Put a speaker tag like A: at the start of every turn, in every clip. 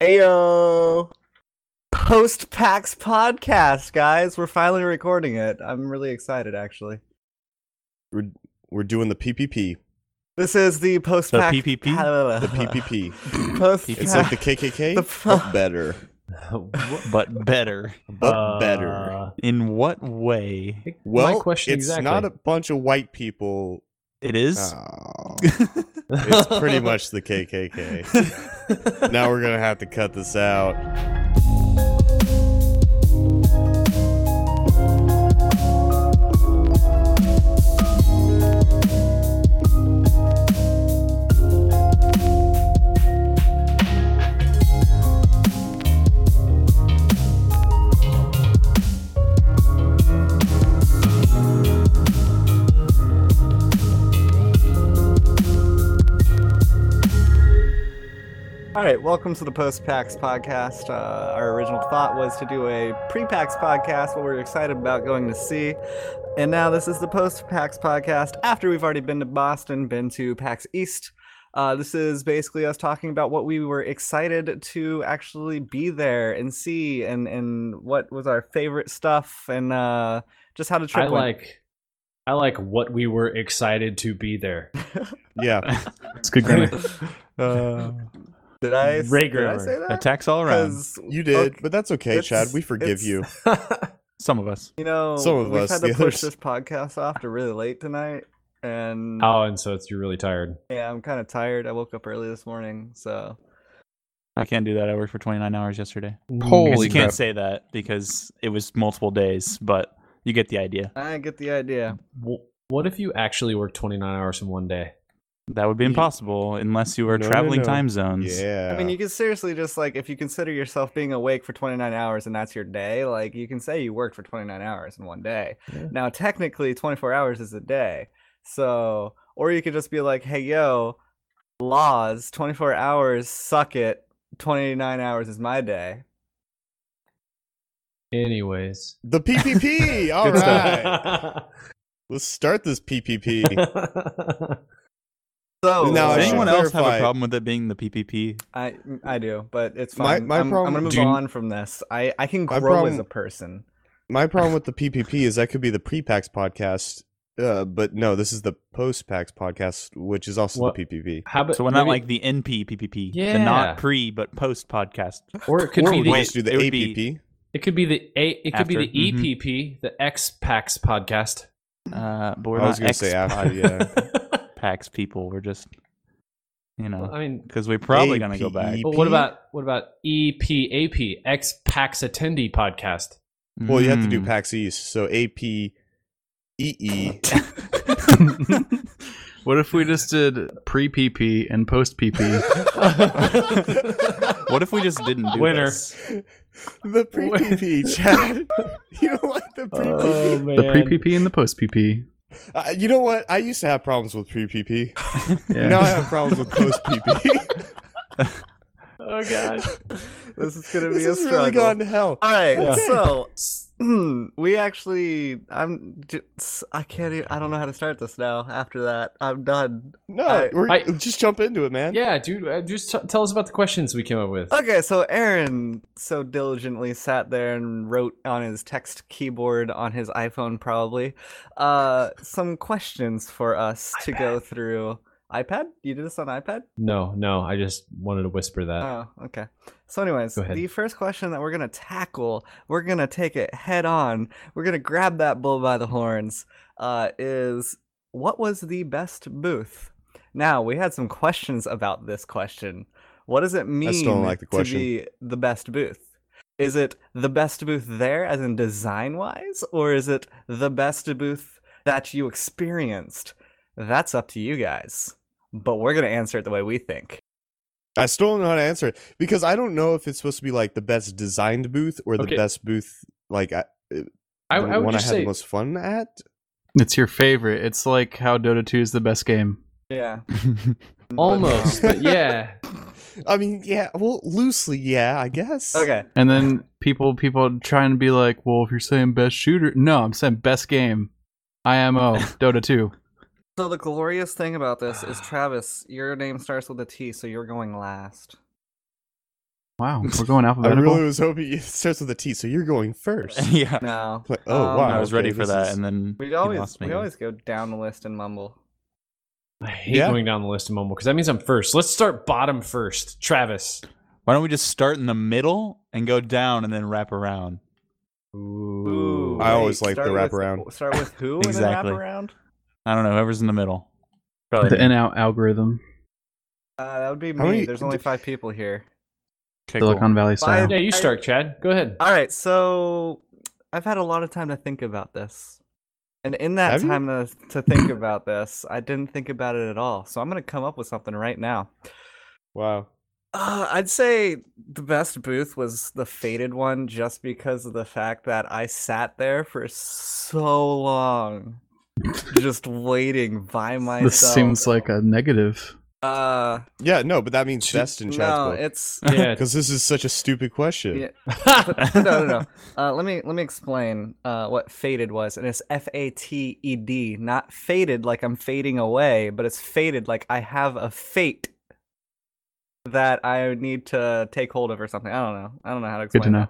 A: Ayo! Post PAX podcast, guys. We're finally recording it. I'm really excited, actually.
B: We're doing the PPP.
A: This is the post
C: The
A: PAX.
C: PPP?
B: The PPP.
A: Post
B: it's like the KKK,
A: The
B: but better.
C: but better.
B: But Oh, better.
D: Uh,
C: In what way?
B: Well,
D: my question
B: it's
D: exactly.
B: not a bunch of white people.
C: It is.
B: Oh, it's pretty much the KKK. now we're going to have to cut this out.
A: All right, welcome to the post PAX podcast. Uh, our original thought was to do a pre PAX podcast, what we are excited about going to see. And now this is the post PAX podcast after we've already been to Boston, been to PAX East. Uh, this is basically us talking about what we were excited to actually be there and see, and, and what was our favorite stuff, and uh, just how to trip.
D: I like, I like what we were excited to be there.
B: Mm-hmm. Yeah.
C: It's good
D: grammar.
C: uh,
A: did I,
D: Ray
A: did I
D: grammar.
A: say that?
C: attacks all around.
A: 'Cause,
B: You did,
A: okay,
B: but that's okay,
A: it's-
B: Chad. We forgive
A: it's-
B: you.
C: Some of us.
A: You know,
B: Some of
A: we've
B: us,
A: had to
B: the
A: push
B: others-
A: this podcast off to really late tonight, and
D: oh, and so it's you're really tired.
A: yeah, I'm kind of tired. I woke up early this morning, so
C: I can't do that. I worked for 29 hours yesterday. I guess
E: Holy
C: you can't
E: crap.
C: say that because it was multiple days, but you get the idea.
A: I get the idea.
D: Wh- What if you actually work 29 hours in one day?
C: That would be impossible unless you were
B: No, no,
C: traveling
B: no.
C: time zones.
B: Yeah.
A: I mean, you can seriously just like if you consider yourself being awake for 29 hours and that's your day, like you can say you worked for 29 hours in one day.
B: Yeah.
A: Now, technically, 24 hours is a day, so or you could just be like, hey, yo, laws, 24 hours, suck it. 29 hours is my day.
D: Anyways,
B: the PPP. All
D: Good
B: right.
D: stuff.
B: Let's start this PPP.
A: So
B: Now, I
C: Does
B: should
C: anyone else have a
B: clarify-
C: problem with it being the PPP?
A: I mm, I do, but it's
B: My-
A: fine.
B: my
A: I'm, I'm
B: problem-
A: gonna move
B: do you-
A: on from this. I I can
B: My
A: grow as
B: problem-
A: a person.
B: My problem with the PPP is that could be the pre-PAX podcast, uh, but no, this is the post-PAX podcast, which is also
D: What-
B: the PPP.
D: How about
C: So we're not
D: maybe-
C: like the NP PPP, the
D: Yeah.
C: not pre but post podcast.
D: or it could
B: or
D: be
B: we
D: the,
B: could
C: wait,
B: just do the
C: it would
B: APP.
C: be-
D: it could be the a it could be
C: After. Mm-hmm.
D: the EPP, the X Pax podcast.
C: Uh, but we're
B: I was
C: not
B: gonna
C: X
B: say after, yeah.
C: PAX people. We're just, you know,
D: I
B: E
D: mean,
C: because we're probably gonna go back.
B: APE.
D: well, what about what about E EPAP, X Pax attendee podcast?
B: Well, you have to do
C: Mm.
B: PAX East, so E APEE.
E: What if we just did pre PP and post PP?
B: Mm.
C: What if we just didn't do
D: Winner.
C: this?
B: the pre-PPP, Chad. You don't like the pre-PPP.
D: man,
E: the pre PP and the post PP.
B: Uh, you know what? I used to have problems with pre-PP.
E: Yeah.
B: Now I have problems with post-PP.
D: Oh god.
A: This is gonna
B: this
A: be a
B: has
A: struggle.
B: really gone to hell.
A: All right,
B: Yeah.
A: so hmm, we actually I'm just, I can't even, I don't know how to start this now. After that, I'm done.
B: No,
A: I-
B: we're,
D: I-
B: just jump into it, man.
D: Yeah, dude, uh, just t- tell us about the questions we came up
B: Oh,
D: with.
A: Okay, so Aaron so diligently sat there and wrote on his text keyboard on his iPhone, probably, uh, some questions for us to go through. iPad? You did this on iPad?
D: No, no, I just wanted to whisper that.
B: Uh,
A: Oh, okay. So, anyways,
D: Go ahead.
A: the first question that we're gonna tackle, we're gonna take it head on. We're gonna grab that bull by the horns. Uh, is what was the best booth? Now we had some questions about this question. What does it mean
B: I still don't like the
A: to
B: question.
A: be the best booth? Is it the best booth there, as in design wise, or is it the best booth that you experienced? That's up to you guys. But we're gonna answer it the way we think.
B: I still don't know how to answer it because I don't know if it's supposed to be like the best designed booth or the
D: Okay.
B: best booth like I,
D: I,
B: the
D: I would
B: one I
D: just
B: had
D: say
B: the most fun at.
E: It's your favorite. It's like how Dota 2 is the best game.
A: Yeah. But no.
D: almost, but yeah.
B: I mean, yeah, well, loosely, yeah, I guess.
A: Okay.
E: And then people people try and be like, well, if you're saying best shooter, no, I'm saying best game. IMO Dota 2.
A: So the glorious thing about this is Travis, your name starts with a T, so you're going last.
E: Wow, we're going
B: I
E: alphabetical.
B: really was hoping it starts with a T, so you're going first.
C: yeah.
A: No.
B: Like, oh
A: Um,
B: wow,
C: I was
B: okay,
C: ready for
B: this
C: that,
B: is-
C: and then
A: We
C: you
A: always
C: lost me.
A: we always go down the list and mumble.
D: I hate
B: Yeah.
D: going down the list of mumble because that means I'm first. Let's start bottom first. Travis.
C: Why don't we just start in the middle and go down and then wrap around?
D: Ooh.
B: I always
A: wait,
B: like the
A: start with-
B: wraparound.
A: Start with who
C: Exactly.
A: and then wraparound?
C: I don't know. Whoever's in the middle.
E: the
C: Probably.
E: in out algorithm,
A: Uh, that would be me.
B: How many-
A: There's only five people here.
C: Okay, cool.
E: Silicon Valley style.
D: yeah, you start, Chad. Go ahead.
A: All right, so I've had a lot of time to think about this. And in that
B: Have you?
A: time to, to think about this, I didn't think about it at all. So I'm going to come up with something right now.
B: Wow.
A: Uh, I'd say the best booth was the faded one just because of the fact that I sat there for so long just waiting by myself.
E: This seems like a negative.
A: uh
B: Yeah, no, but that means
E: Ch-
B: best in Chad's
A: no,
B: book.
A: it's
D: Yeah.
B: Because this is such a stupid question.
A: Yeah. no, no, no. Uh, let me let me explain uh, what faded was, and it's F A T E D, not faded like I'm fading away, but it's faded like I have a fate that I need to take hold of or something. I don't know. I don't know how to
E: Good
A: explain
E: to know.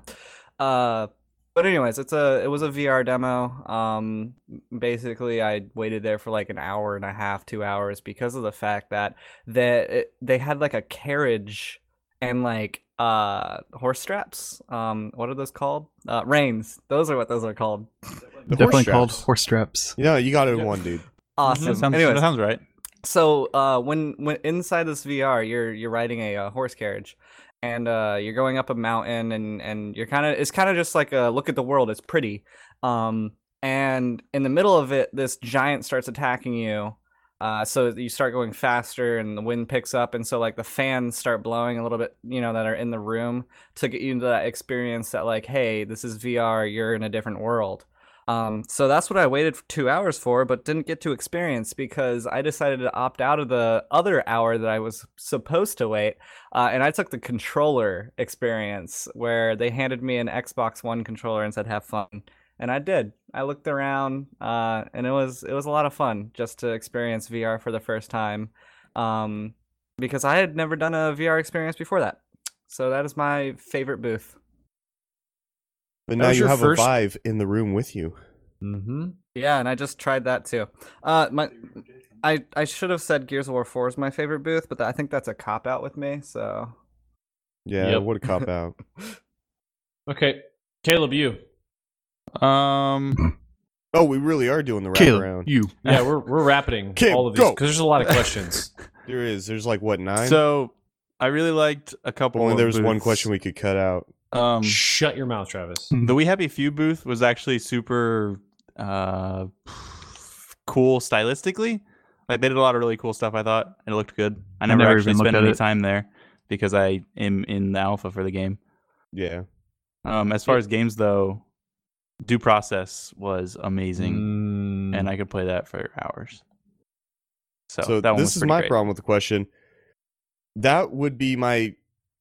A: that. Uh, but anyways, it's a it was a VR demo. Um, basically, I waited there for like an hour and a half, two hours, because of the fact that that they had like a carriage and like uh horse straps. Um, what are those called? Uh, reins. Those are what those are called.
B: The
E: Definitely
B: horse
E: called
B: straps.
E: horse straps.
B: Yeah, you got it
D: Yeah.
B: in one, dude.
A: Awesome.
C: That sounds,
A: Anyways,
C: that sounds right.
A: so uh, when when inside this VR, you're you're riding a, uh horse carriage, and uh, you're going up a mountain, and and you're kind of it's kind of just like a look at the world. It's pretty. Um, and in the middle of it, this giant starts attacking you. Uh, so you start going faster, and the wind picks up, and so like the fans start blowing a little bit, you know, that are in the room to get you into that experience that like, hey, this is VR. You're in a different world. Um, so that's what I waited for two hours for, but didn't get to experience because I decided to opt out of the other hour that I was supposed to wait. Uh, and I took the controller experience where they handed me an Xbox One controller and said, have fun. And I did. I looked around, uh, and it was it was a lot of fun just to experience VR for the first time, um, because I had never done a VR experience before that. So that is my favorite booth.
B: But
D: That
B: now
D: was
B: you
D: your
B: have
D: first-
B: a vibe in the room with you.
D: mm-hmm.
A: Yeah, and I just tried that too. Uh, my, I I should have said Gears of War Four is my favorite booth, but I think that's a cop out with me. So
B: Yeah,
D: Yep.
B: what a cop out.
D: Okay. Caleb, you.
C: Um,
B: oh, we really are doing the
E: Caleb,
B: wraparound.
E: you.
D: Yeah, we're we're rapiding
B: Kim,
D: all of these
B: go.
D: because there's a lot of questions.
B: There is. There's like what nine?
C: so I really liked a couple.
B: only
C: of
B: there was one
C: booths.
B: question we could cut out.
C: Um,
D: Shut your mouth, Travis.
C: the We Happy Few booth was actually super uh, cool stylistically. Like they did a lot of really cool stuff. I thought and it looked good. I never,
E: never
C: actually
E: even looked
C: spent
E: at
C: any
E: it.
C: time there because I am in the alpha for the game.
B: Yeah.
C: Um, as far as games though, Due Process was amazing,
D: Mm.
C: and I could play that for hours. So,
B: So
C: that one was
B: this is
C: pretty
B: my
C: great.
B: problem with the question. That would be my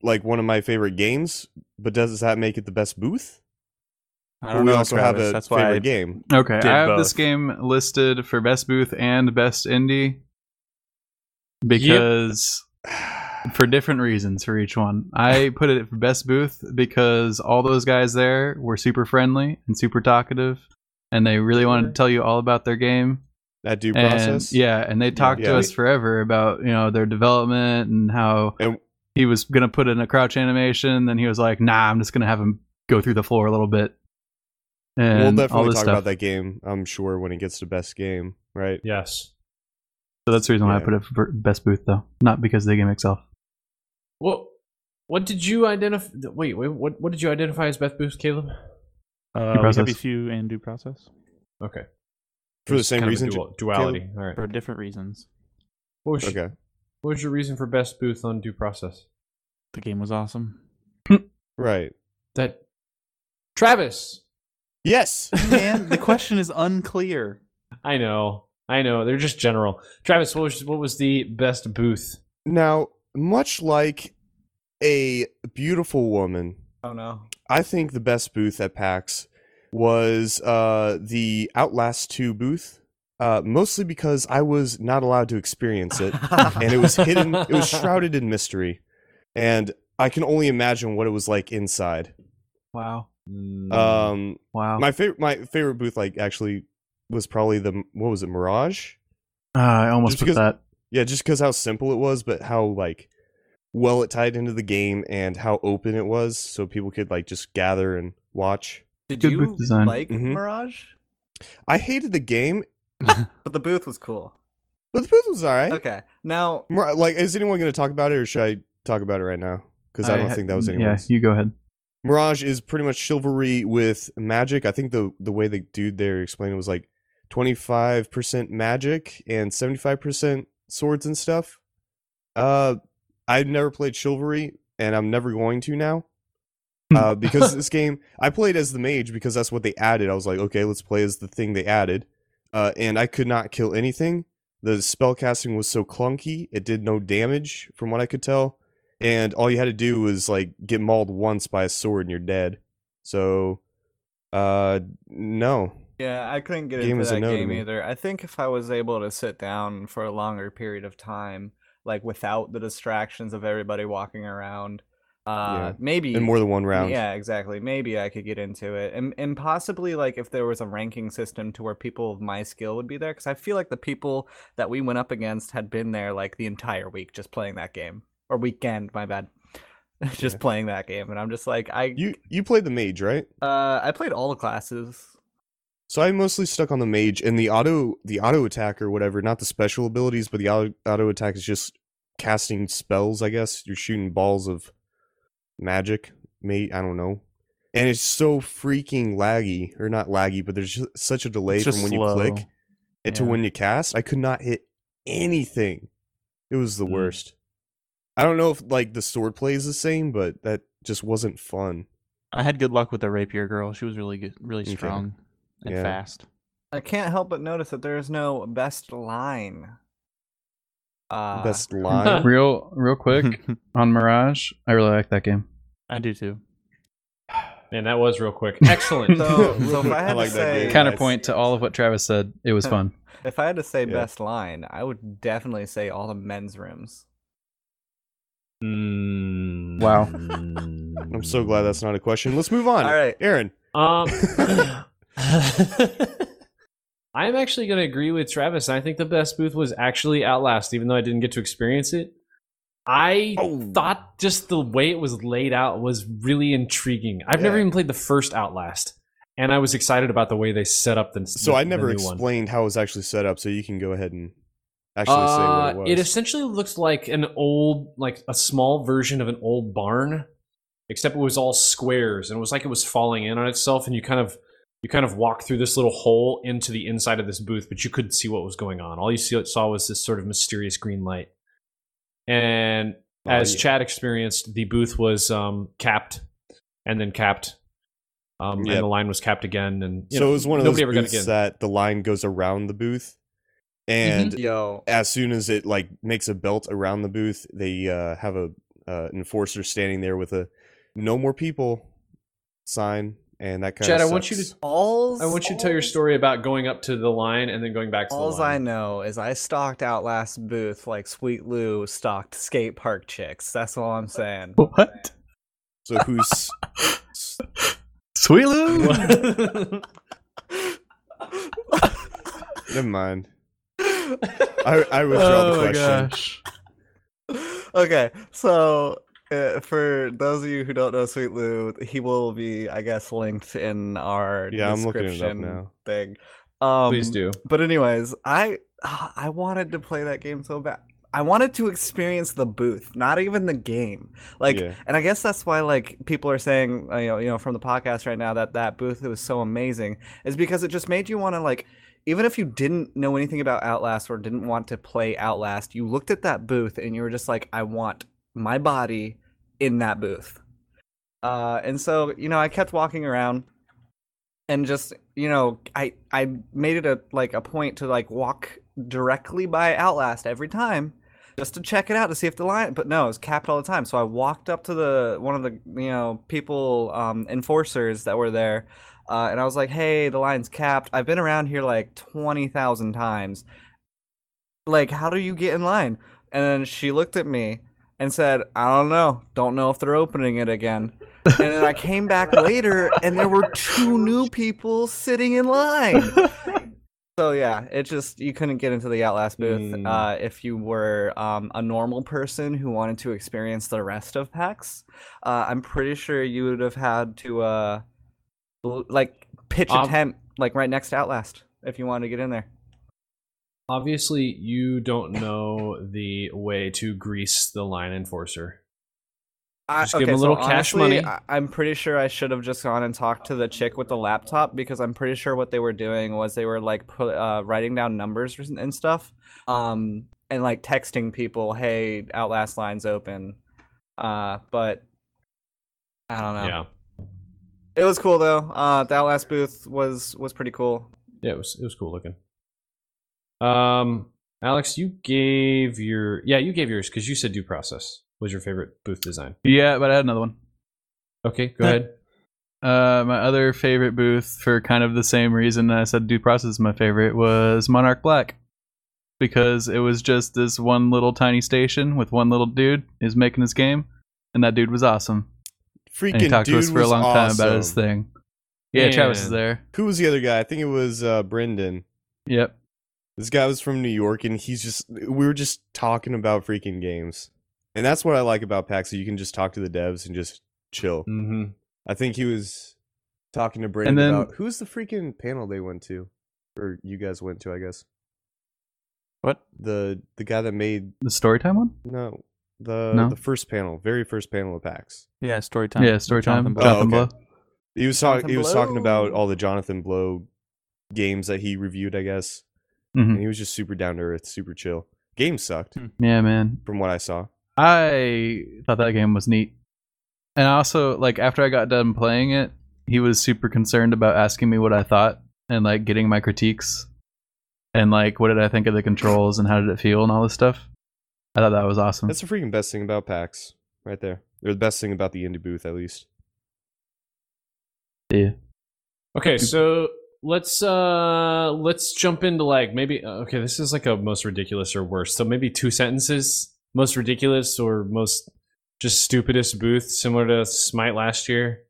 B: like one of my favorite games, but does that make it the best booth?
C: I
B: But
C: don't
B: we
C: know,
B: also have
C: Travis.
B: a
C: That's why
B: favorite
C: I-
B: game.
E: Okay,
C: Did
E: I have this
C: both.
E: game listed for best booth and best indie because for different reasons for each one. I put it for best booth because all those guys there were super friendly and super talkative, and they really wanted to tell you all about their game.
B: That due
E: and,
B: process.
E: Yeah, and they talked
B: Yeah.
E: to us forever about you know their development and how
B: And-
E: he was gonna put in a crouch animation. Then he was like, "Nah, I'm just gonna have him go through the floor a little bit." And
B: we'll
E: all
B: definitely
E: this
B: talk
E: stuff.
B: about that game, I'm sure, when it gets to best game, right?
D: Yes.
E: So that's the reason why I
B: Yeah.
E: put it for best booth though, not because of the game itself.
D: What what did you identify? Wait, wait. What what did you identify as Beth Booth, Caleb?
C: Uh,
E: Due
C: we have a
E: Process.
C: few and due process
D: Okay.
B: For the
D: It's
B: same
D: kind of a
B: reason.
D: dual- duality. All right.
C: for different reasons.
D: What was,
B: Okay.
D: what was your reason for Best Booth on Due Process?
C: The game was awesome.
B: Right.
D: That Travis.
B: Yes.
C: Man, the question is unclear.
D: I know. I know. They're just general. Travis, what was what was the best booth?
B: Now, much like a beautiful woman,
A: oh no,
B: I think the best booth at PAX was uh, the Outlast 2 booth, uh, mostly because I was not allowed to experience it, and it was hidden, it was shrouded in mystery. And I can only imagine what it was like inside. Um,
E: Wow. Mm. Wow.
B: my favorite, my favorite booth, like actually, was probably the what was it, Mirage?
E: Ah, I almost
B: Just
E: put
B: because-
E: that.
B: Yeah, just because how simple it was, but how like well it tied into the game and how open it was, so people could like just gather and watch.
A: Did
E: Good
A: you
E: booth design.
A: like
B: Mhm.
A: Mirage?
B: I hated the game,
A: But the booth was cool.
B: but the booth was
E: Uh,
B: alright.
A: Okay. Now,
B: Mir- Like, is anyone going to talk about it, or should I talk about it right now? Because I, don't
E: ha-
B: think that was
E: Yeah,
B: anyone's.
E: you go ahead.
B: Mirage is pretty much chivalry with magic. I think the the way the dude there explained it was like twenty five percent magic and seventy five percent swords and stuff. Uh, I've never played chivalry, and I'm never going to now. Uh, because this game, I played as the mage because that's what they added. I was like, okay, let's play as the thing they added. Uh, and I could not kill anything. The spell casting was so clunky; it did no damage, from what I could tell and all you had to do was like get mauled once by a sword and you're dead. So, uh, no.
A: yeah, I couldn't get
B: Game
A: into
B: is a
A: that
B: no to
A: game
B: me.
A: either. I think if I was able to sit down for a longer period of time, like without the distractions of everybody walking around, uh,
B: Yeah.
A: maybe
B: In more than one round.
A: Yeah, exactly. Maybe I could get into it, and and possibly like if there was a ranking system to where people of my skill would be there, because I feel like the people that we went up against had been there like the entire week just playing that game or weekend. My bad, just
B: Yeah.
A: playing that game, and I'm just like I
B: You you played the mage, right?
A: uh I played all the classes.
B: So I mostly stuck on the mage and the auto the auto attack or whatever, not the special abilities, but the auto, auto attack is just casting spells, I guess. You're shooting balls of magic, mate, I don't know. And it's so freaking laggy, or not laggy, but there's just such a delay
C: It's
B: from
C: just
B: when
C: slow.
B: you click and to
E: Yeah.
B: when you cast, I could not hit anything. It was the
C: Mm.
B: worst. I don't know if like the sword play is the same, but that just wasn't fun.
C: I had good luck with the rapier girl. She was really good, really
B: Okay.
C: strong and
B: Yeah.
C: fast.
A: I can't help but notice that there is no best line.
D: Ah.
A: Uh,
B: Best line.
E: Real, real quick on Mirage. I really like that game.
C: I do too.
D: Man, that was real quick. Excellent.
A: So, so if I had
B: I like
A: to
B: that
A: say
B: game.
E: Counterpoint to all of what Travis said. It was fun.
A: if I had to say
B: Yeah.
A: best line, I would definitely say all the men's rooms.
E: Wow.
D: Mm.
B: I'm so glad that's not a question. Let's move on.
A: All right.
B: Aaron.
D: Um, I'm actually going to agree with Travis. I think the best booth was actually Outlast, even though I didn't get to experience it. I
B: Oh.
D: thought just the way it was laid out was really intriguing. I've never
B: Yeah.
D: even played the first Outlast, and I was excited about the way they set up the.
B: So
D: the,
B: I
D: the
B: never
D: new one.
B: explained how it was actually set up, so you can go ahead and actually say what it
D: Uh,
B: was.
D: essentially looks like an old, like a small version of an old barn, except it was all squares, and it was like it was falling in on itself, and you kind of, you kind of walk through this little hole into the inside of this booth, but you couldn't see what was going on. All you see, saw was this sort of mysterious green light, and
B: Oh,
D: as
B: yeah.
D: Chad experienced, the booth was um, capped, and then capped. Um,
B: Yep.
D: And the line was capped again, and you
B: so
D: know,
B: it was one of those
D: nobody ever got Mm-hmm.
B: booths
D: again.
B: that the line goes around the booth, and
A: Yo,
B: as soon as it like makes a belt around the booth, they uh, have a uh, enforcer standing there with a "No more people" sign, and that kind
D: Chad, I
B: of.
D: want you to
A: Alls,
D: I want you to tell your story about going up to the line and then going back to
A: Alls
D: the
A: I
D: line.
A: know is I stalked Outlast Booth like Sweet Lou stalked skate park chicks. That's all I'm saying.
E: What?
B: So who's?
E: Sweet Lou.
B: never mind. I I withdraw
D: Oh
B: the question.
A: okay, so uh, for those of you who don't know Sweet Lou, he will be, I guess, linked in our
B: Yeah, I'm looking it up
A: description
B: now.
A: thing. Um,
D: Please do.
A: But anyways, I ah, I wanted to play that game so bad. I wanted to experience the booth, not even the game. Like,
B: Yeah.
A: and I guess that's why like people are saying uh, you know, you know from the podcast right now that that booth was so amazing is because it just made you want to like even if you didn't know anything about Outlast or didn't want to play Outlast, you looked at that booth and you were just like, I want my body in that booth. Uh, and so you know, I kept walking around and just you know i i made it a like a point to like walk directly by outlast every time just to check it out to see if the line but no it was capped all the time so i walked up to the one of the you know people um enforcers that were there uh, and i was like hey the line's capped i've been around here like 20000 times like how do you get in line and then she looked at me and said, I don't know. Don't know if they're opening it again. And then I came back later and there were two new people sitting in line. So yeah, it just you couldn't get into the Outlast booth
B: Mm.
A: uh, if you were um, a normal person who wanted to experience the rest of PAX. Uh, I'm pretty sure you would have had to uh, l- like pitch a
D: Um,
A: tent like right next to Outlast if you wanted to get in there.
D: Obviously, you don't know the way to grease the line enforcer.
A: I-
D: Just give 'em a little cash money.
A: I, I'm pretty sure I should have just gone and talked to the chick with the laptop because I'm pretty sure what they were doing was they were like put, uh, writing down numbers and and stuff, um, and like texting people, "Hey, Outlast line's open." Uh, but I don't know.
D: Yeah,
A: It was cool though. Uh, the Outlast booth was was pretty cool.
D: yeah, it was it was cool looking. Um, Alex, you gave your yeah, you gave yours because you said due process was your favorite booth design.
E: Yeah, but I had another one.
D: Okay, go ahead.
E: Uh, my other favorite booth, for kind of the same reason that I said due process is my favorite, was Monarch Black. Because it was just this one little tiny station with one little dude is making his game, and that dude was awesome.
B: Freaking
E: and he talked
B: dude
E: to us for a
B: was
E: long time about his
B: awesome.
E: thing. Yeah, Travis is
D: Man.
E: there.
B: Who was the other guy? I think it was uh, Brendan.
E: Yep.
B: This guy was from New York, and he's just we were just talking about freaking games, and that's what I like about PAX. So you can just talk to the devs and just chill.
D: Mm-hmm.
B: I think he was talking to Brandon
E: then-
B: about who's the freaking panel they went to, or you guys went to, I guess.
C: What?
B: The the guy that made
E: The story time one?
B: no the
E: No?
B: the first panel, very first panel of PAX.
C: Yeah, story time.
E: Yeah, story time.
C: Jonathan Blow.
B: Oh,
E: Jonathan
B: okay.
E: Blow.
B: He was talking.
A: Jonathan
B: He was talking about
A: Blow.
B: all the Jonathan Blow games that he reviewed, I guess.
E: Mhm.
B: And he was just super down to earth, super chill. Game sucked
C: Hmm.
E: Yeah, man.
B: from what I saw.
E: I thought that game was neat. And I also, like, after I got done playing it, he was super concerned about asking me what I thought and, like, getting my critiques and, like, what did I think of the controls and how did it feel and all this stuff. I thought that was awesome.
B: That's the freaking best thing about PAX, right there. Or the best thing about the indie booth, at least.
D: Okay, so let's uh let's jump into like maybe uh, okay, this is like a most ridiculous or worst. So maybe two sentences, most ridiculous or most just stupidest booth, similar to Smite last year.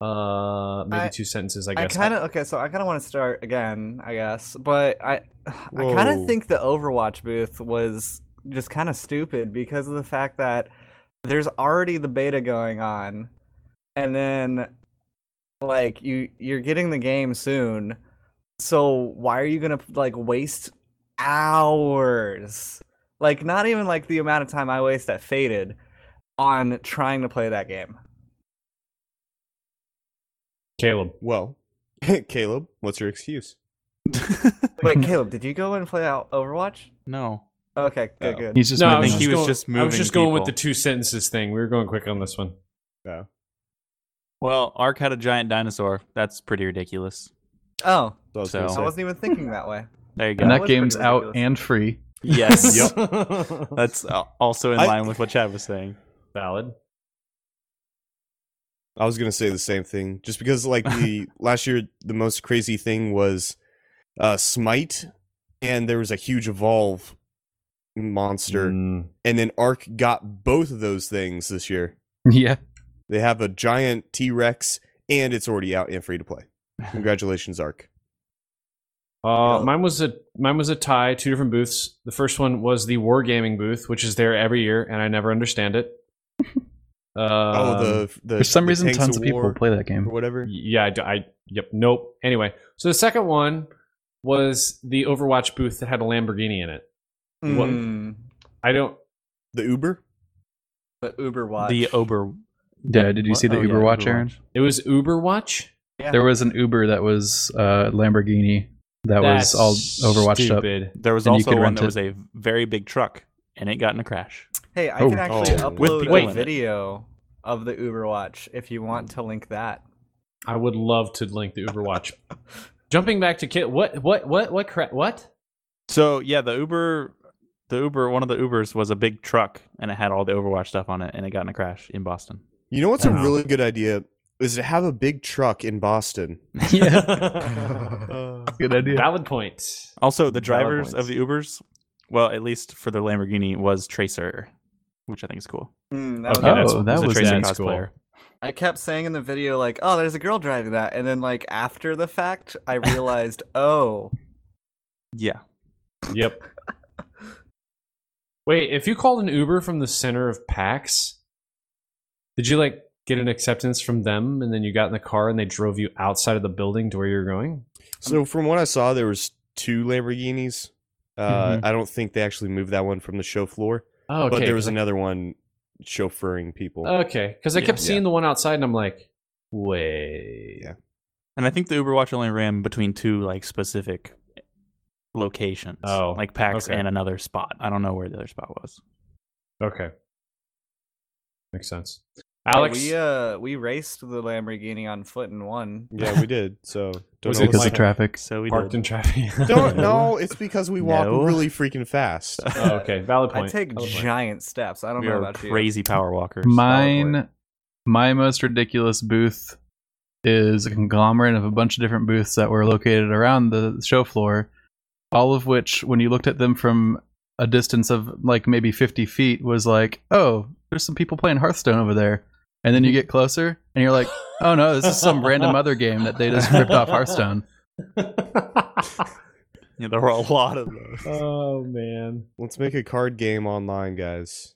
D: Uh, maybe
A: I-
D: two sentences, I
A: I,
D: guess.
A: kind of okay, so I kind of want to start again, I guess, but I I kind
B: Whoa.
A: of think the Overwatch booth was just kind of stupid because of the fact that there's already the beta going on, and then like you you're getting the game soon, so why are you gonna like waste hours? Like not even like the amount of time I waste at Faded on trying to play that game.
D: Caleb,
B: Well, Caleb, what's your excuse?
E: Oh.
A: Wait, Caleb, did you go and play out Overwatch?
C: no.
A: Okay, good,
B: Oh.
A: good.
E: He's just
D: No,
E: making
D: I
C: I
D: was
C: think
E: noise.
C: he was
D: going-
C: just moving.
D: I was just going with
C: people.
D: the two sentences thing. We were going quick on this one.
C: Well, Ark had a giant dinosaur. That's pretty ridiculous.
A: Oh,
B: So I was
C: So-
A: I
B: gonna say.
A: wasn't even thinking that way.
C: There you
E: and
C: go.
A: that
E: that
A: was
E: game's
A: pretty
E: out
A: ridiculous.
E: and free.
C: yes.
B: Yep.
C: That's uh, also in
B: I-
C: line with what Chad was saying.
D: Valid.
B: I was gonna say the same thing, just because like the last year, the most crazy thing was uh, Smite, and there was a huge evolve monster,
D: Mm.
B: and then Ark got both of those things this year.
E: Yeah.
B: They have a giant T Rex, and it's already out and free to play. Congratulations, Ark.
D: Uh, mine was a mine was a tie. Two different booths. The first one was the Wargaming booth, which is there every year, and I never understand it. Um,
B: oh, the the
E: For some
B: the
E: reason,
B: Tanks
E: tons of
B: of
E: people
B: War
E: play Mm. that
B: or
E: game.
B: whatever.
D: yeah, I, d- I- yep, nope. Anyway, so the second one was the Overwatch booth that had a Lamborghini in it. What?
A: Mm,
D: I don't.
B: The Uber.
A: the Uber watch.
C: The Ober.
E: Yeah, did you
C: What?
E: see the
C: Oh, yeah,
E: Uber watch, Aaron?
C: Overwatch.
D: It was Uber Watch.
A: Yeah.
E: There was an Uber that was uh, Lamborghini that was all Overwatched up.
D: stupid.
C: There was
E: And you
C: also
E: could
C: one
E: rent
C: that
E: it.
C: was a very big truck, and it got in a crash.
A: hey, I
E: Oh,
A: can actually
B: oh.
C: With
A: upload
C: people in
A: a
C: it.
A: video of the Uber watch if you want to link that.
D: I would love to link the Uber Watch. Jumping back to Kit, what, what, what, what, cra- what?
C: So yeah, the Uber, the Uber, one of the Ubers was a big truck, and it had all the Overwatch stuff on it, and it got in a crash in Boston.
B: You know what's a
D: Wow.
B: really good idea is to have a big truck in Boston.
A: Hmm,
E: Uh-huh. Good idea.
D: Valid point.
C: Also, the
B: Valid
C: drivers of
B: points.
C: the Ubers, well, at least for the Lamborghini, was Tracer. which I think is cool.
A: Mm, that
D: Okay,
A: was-
D: that's-
E: oh, that
C: He's a
E: was
C: Tracer
E: that's cool.
C: cosplayer.
A: I kept saying in the video, like, oh, there's a girl driving that. And then, like, after the fact, I realized, oh,
C: Yeah.
D: Yep. Wait, if you called an Uber from the center of PAX, did you like get an acceptance from them and then you got in the car and they drove you outside of the building to where you were going?
B: So from what I saw, there was two Lamborghinis. Uh, I don't think they actually moved that one from the show floor,
D: Oh, okay. Uh,
B: but there was
D: an
B: another one chauffeuring people.
D: Okay, cuz I kept
C: Yeah.
D: seeing the one outside and I'm like, "Wait."
B: Yeah.
C: And I think the Uber Watch only ran between two like specific eh, locations.
D: Oh,
C: Like PAX
D: okay.
C: and another spot. I don't know where the other spot was.
D: Okay. Makes sense.
A: yeah,
D: Alex,
A: we uh, we raced the Lamborghini on foot and won.
B: yeah, we did. So don't
D: Was
B: know
D: it
E: Because
B: what's-
E: of traffic.
C: So we
D: parked
C: did.
D: in traffic.
B: don't no. It's because we walk
C: No.
B: really freaking fast.
D: Oh, okay, valid
A: I
D: point.
A: take
D: valid point.
A: giant steps. I don't
C: we
A: know
C: are
A: about you.
C: crazy power walkers.
A: Solid
E: Mine, my most ridiculous booth is a conglomerate of a bunch of different booths that were located around the show floor, all of which, when you looked at them from a distance of like maybe 50 feet, was like, oh, there's some people playing Hearthstone over there. And then you get closer and you're like, oh no, this is some random other game that they just ripped off Hearthstone.
C: Yeah, there were a lot of those.
D: oh man.
B: Let's make a card game online, guys.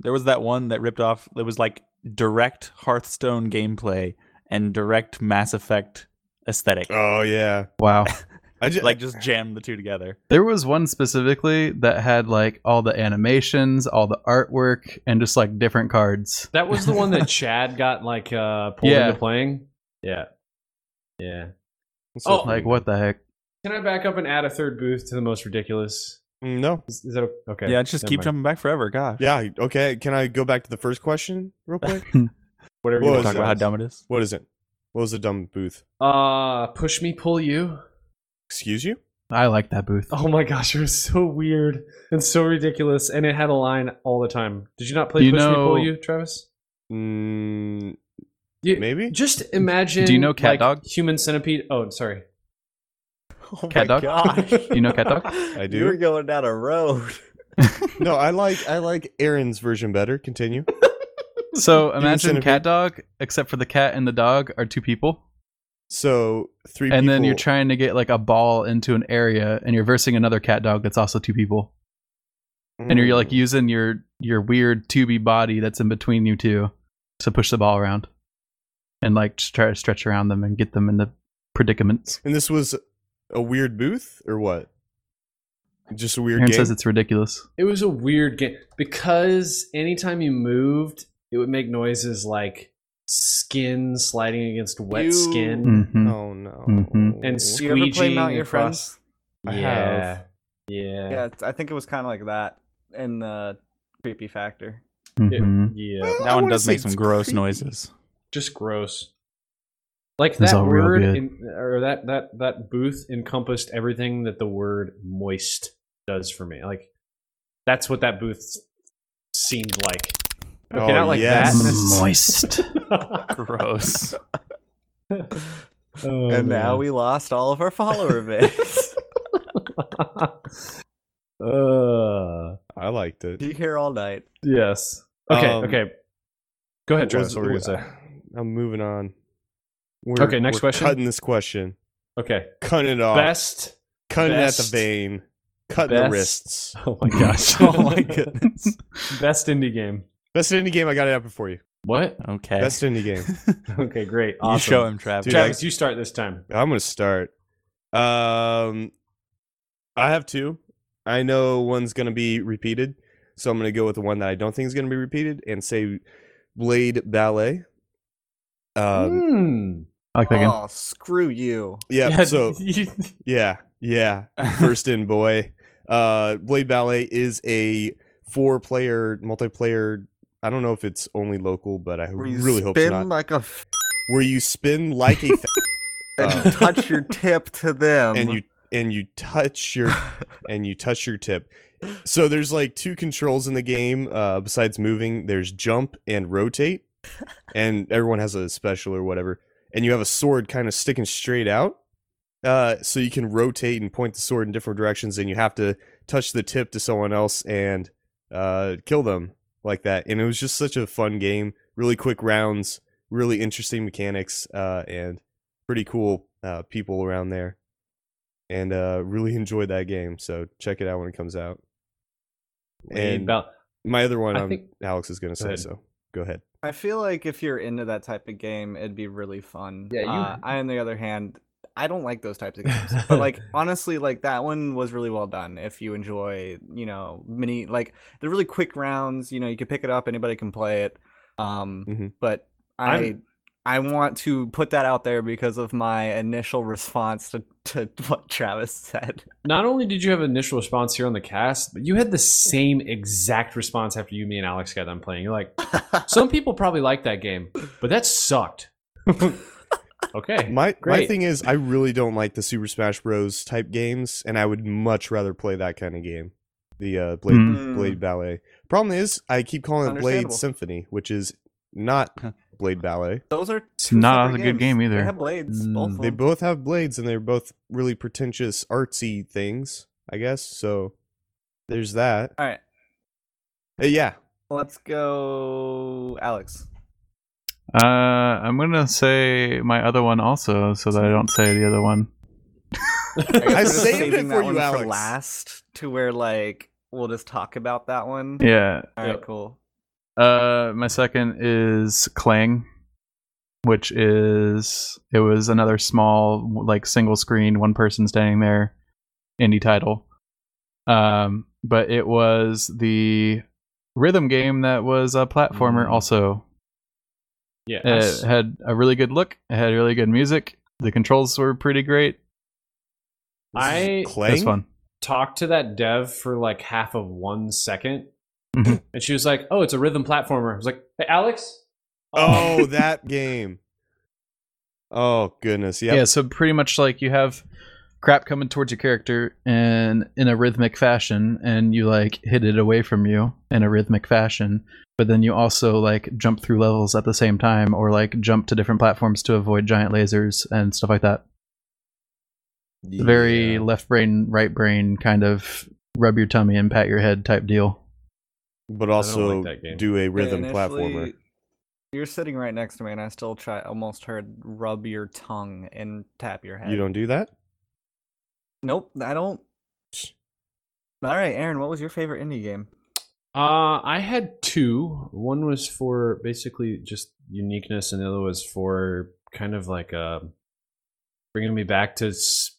C: There was that one that ripped off. It was like direct Hearthstone gameplay and direct Mass Effect aesthetic.
B: Oh yeah,
E: Wow.
B: I just
C: like just jammed the two together.
E: There was one specifically that had like all the animations, all the artwork, and just like different cards.
D: That was the one that Chad got like uh pulled
E: Yeah.
D: into playing. Yeah. Yeah. Oh.
E: Like, what the heck?
D: Can I back up and add a third booth to the most ridiculous?
B: Mm, No.
D: Is, is that o- okay?
C: Yeah, it's just
D: Never
C: keep
D: mind.
C: jumping back forever. Gosh.
B: Yeah. Okay. Can I go back to the first question real quick?
D: Whatever you
B: What
C: We'll
D: want.
C: talk
B: was
C: about how
B: that?
C: dumb it is.
B: what is it? What was the dumb booth?
D: Uh, push me, pull you.
B: Excuse you?
E: I like that booth.
D: Oh my gosh, it was so weird and so ridiculous, and it had a line all the time. Did you not play
E: Do you
D: push me, pull
E: know-
D: you, Travis?
B: Mm,
D: You,
B: maybe.
D: Just imagine.
E: Do you know Cat
D: like,
E: Dog?
D: Human centipede. Oh, sorry.
A: Oh
E: Cat
A: my
E: dog?
A: gosh.
E: You know cat dog?
A: I
B: do.
A: You were going down a road.
B: No, I like I like Aaron's version better. Continue.
E: So
B: you
E: imagine
B: centipede?
E: cat dog, except for the cat and the dog are two people,
B: So three.
E: and then you're
B: people-
E: trying to get like a ball into an area, and you're versing another cat dog that's also two people, and you're like
B: Mm.
E: using your your weird tubey body that's in between you two to push the ball around, and like just try to stretch around them and get them into predicaments.
B: And this was a weird booth or what? Just a weird
E: Aaron
B: game.
E: says it's ridiculous.
D: It was a weird game because anytime you moved, it would make noises like skin sliding against wet
A: You-
D: skin.
E: Mhm.
B: oh no.
E: Mhm.
D: And
A: Do you ever play
D: Squeegeeing
A: Mount Your
D: across-
A: Friends?
B: I
D: yeah.
B: have.
D: Yeah.
A: Yeah, it's, I think it was kind of like that in the creepy factor.
D: It-
E: Mhm.
D: yeah.
C: That one
B: wanna
C: does
B: say
C: make some
B: it's
C: gross
B: creepy.
C: noises.
D: Just gross. Like
E: That's
D: that
E: all real
D: word
E: good.
D: in, or that that that booth encompassed everything that the word moist does for me. Like that's what that booth seemed like. Okay,
B: Oh,
D: not like
B: yes.
D: that.
E: Moist.
C: Gross.
D: Oh,
A: and
D: man.
A: now we lost all of our follower base.
D: uh,
B: I liked it.
A: Be here all night.
D: yes. Okay.
B: Um,
D: okay. Go ahead,
B: Was-
D: Travis. What were you gonna say?
B: I'm moving on. We're,
D: Okay, next
B: we're
D: question?
B: Cutting this question.
D: Okay.
B: Cutting it off.
D: Best.
B: cutting at
D: best-
B: the vein. Oh, Cutting the
D: best-
B: wrists.
D: Oh my gosh.
C: oh my goodness.
D: Best indie game.
B: Best indie game. I got it up before you.
D: What?
C: Okay.
B: Best indie game.
D: Okay. Great.
C: you
D: Awesome.
C: show him, Travis.
B: Dude,
D: Travis, you start this time.
B: I'm gonna start. Um, I have two. I know one's gonna be repeated, so I'm gonna go with the one that I don't think is gonna be repeated and say Blade Ballet.
A: Mm.
B: Um,
D: Hmm.
E: I like that game.
A: oh, screw you. Uh-huh.
B: yeah, So
D: you-
B: yeah, yeah. First in boy. Uh, Blade Ballet is a four-player multiplayer. I don't know if it's only local, but I
A: Where you
B: really hope it's
A: spin
B: not.
A: like a f-
B: Where you spin like a.
A: and
B: Oh.
A: you touch your tip to them.
B: and you and you touch your and you touch your tip. So there's like two controls in the game uh, besides moving. There's jump and rotate, and everyone has a special or whatever. And you have a sword kind of sticking straight out, uh, so you can rotate and point the sword in different directions. And you have to touch the tip to someone else and uh, kill them like that. And it was just such a fun game. Really quick rounds, really interesting mechanics, uh, and pretty cool uh, people around there. And uh, really enjoyed that game. So check it out when it comes out.
D: And
B: And
D: about
B: my other one,
D: I
B: um,
D: think-
B: Alex is going to say
D: ahead.
B: so. Go ahead.
A: I feel like if you're into that type of game, it'd be really fun.
D: Yeah, you-
A: Uh, I, on the other hand, I don't like those types of games. But like honestly, like that one was really well done. If you enjoy, you know, mini like they're really quick rounds. You know, you can pick it up. Anybody can play it. Um,
E: Mm-hmm.
B: Mhm.
A: but I.
D: I'm-
A: I want to put that out there because of my initial response to, to what Travis said.
D: not only did you have an initial response here on the cast, but you had the same exact response after you, me, and Alex got done playing. You're like, some people probably like that game, but that sucked. okay.
B: My my
D: Great.
B: thing is, I really don't like the Super Smash Bros. type games, and I would much rather play that kind of game, the uh, Blade
A: Mm.
B: Blade Ballet. Problem is, I keep calling it Blade
A: Understandable.
B: Symphony, which is not Blade Ballet.
A: Those are
E: It's
A: two
E: not
A: separate
E: a good
A: games.
E: game either.
A: They have blades.
E: Mm.
A: Both of
B: They
A: them.
B: both have blades, and they're both really pretentious, artsy things, I guess. So there's that.
A: All right,
B: Uh, yeah,
A: let's go, Alex.
E: Uh, I'm gonna say my other one also, so that I don't say the other one.
A: I, guess
B: I
A: we're just
B: saved it
A: saving that
B: for you,
A: one
B: Alex.
A: For last to where like we'll just talk about that one.
E: Yeah.
A: All right,
D: Yep.
A: cool.
E: Uh, my second is Clang, which is it was another small like single screen, one person standing there, indie title. Um, but it was the rhythm game that was a platformer
D: Mm.
E: also
D: Yeah. I
E: It
D: s-
E: had a really good look. It had really good music. The controls were pretty great.
D: I
B: Clang.
E: This one.
D: talked to that dev for like half of one second,
E: Mhm.
D: and she was like, "Oh, it's a rhythm platformer." I was like, "Hey, Alex."
B: Oh, that game. Oh goodness, yeah.
E: Yeah, so pretty much like you have crap coming towards your character and in a rhythmic fashion and you like hit it away from you in a rhythmic fashion, but then you also like jump through levels at the same time or like jump to different platforms to avoid giant lasers and stuff like that. Very
B: Yeah.
E: left brain, right brain kind of rub your tummy and pat your head type deal.
B: but also
D: like that game.
B: do a rhythm
A: Initially,
B: platformer.
A: You're sitting right next to me, and I still try. Almost heard rub your tongue and tap your head.
B: You don't do that.
A: Nope, I don't. All right, Aaron, what was your favorite indie game?
D: Uh, I had two. One was for basically just uniqueness, and the other was for kind of like uh, bringing me back to s-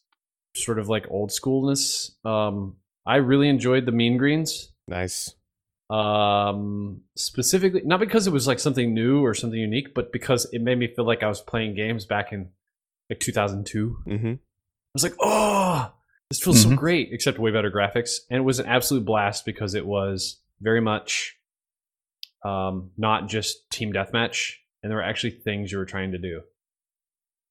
D: sort of like old schoolness. Um, I really enjoyed the Mean Greens.
B: Nice.
D: Um, specifically, not because it was like something new or something unique, but because it made me feel like I was playing games back in like 2002.
B: hmm
D: I was like, oh, this feels so
E: Mhm.
D: great, except way better graphics. And it was an absolute blast because it was very much um, not just team deathmatch, and there were actually things you were trying to do.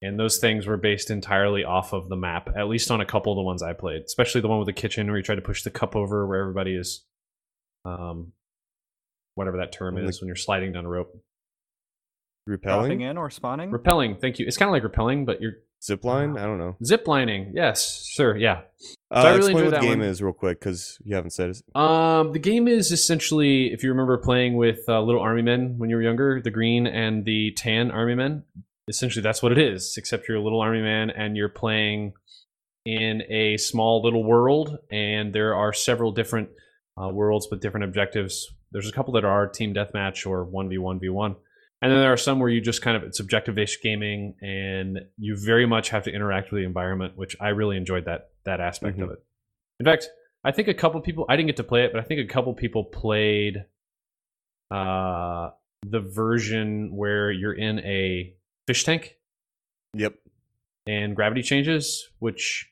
D: And those things were based entirely off of the map, at least on a couple of the ones I played, especially the one with the kitchen where you try to push the cup over where everybody is, um, whatever that term
B: Like-
D: is when you're sliding down a rope.
A: Dropping
B: Repelling,
A: in or spawning?
D: Repelling, thank you. It's kind of like repelling, but you're
B: zip line. I don't know.
D: ziplining. Yes, sure, yeah.
B: Uh,
D: I really
B: explain
D: enjoyed
B: what the
D: that
B: game
D: one.
B: is real quick because you haven't said it.
D: Um, the game is essentially, if you remember playing with uh, little army men when you were younger, the green and the tan army men. Essentially, that's what it is. Except you're a little army man and you're playing in a small little world, and there are several different uh, worlds with different objectives. There's a couple that are team deathmatch or one v one v one, and then there are some where you just kind of it's objective-based gaming, and you very much have to interact with the environment, which I really enjoyed that that aspect of it. In fact, I think a couple people I didn't get to play it, but I think a couple people played uh the version where you're in a fish tank
B: Yep.
D: and gravity changes, which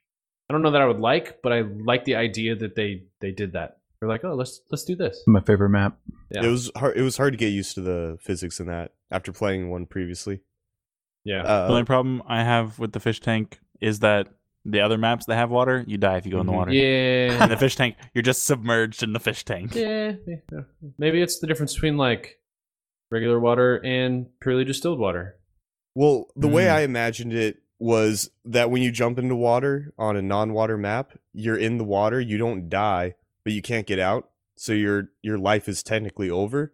D: I don't know that I would like, but I like the idea that they they did that. They're like, "Oh, let's let's do this."
E: My favorite map.
D: Yeah.
B: It was hard. It was hard to get used to the physics in that after playing one previously.
D: Yeah.
C: the only
B: Uh,
C: problem I have with the fish tank is that the other maps that have water, you die if you go in the
B: Mhm.
C: water. In
D: yeah.
C: the fish tank, you're just submerged in the fish tank.
D: yeah. Maybe it's the difference between like regular water and purely distilled water.
B: well, the way
C: Mm.
B: I imagined it was that when you jump into water on a non-water map, you're in the water. You don't die, but you can't get out, so your your life is technically over.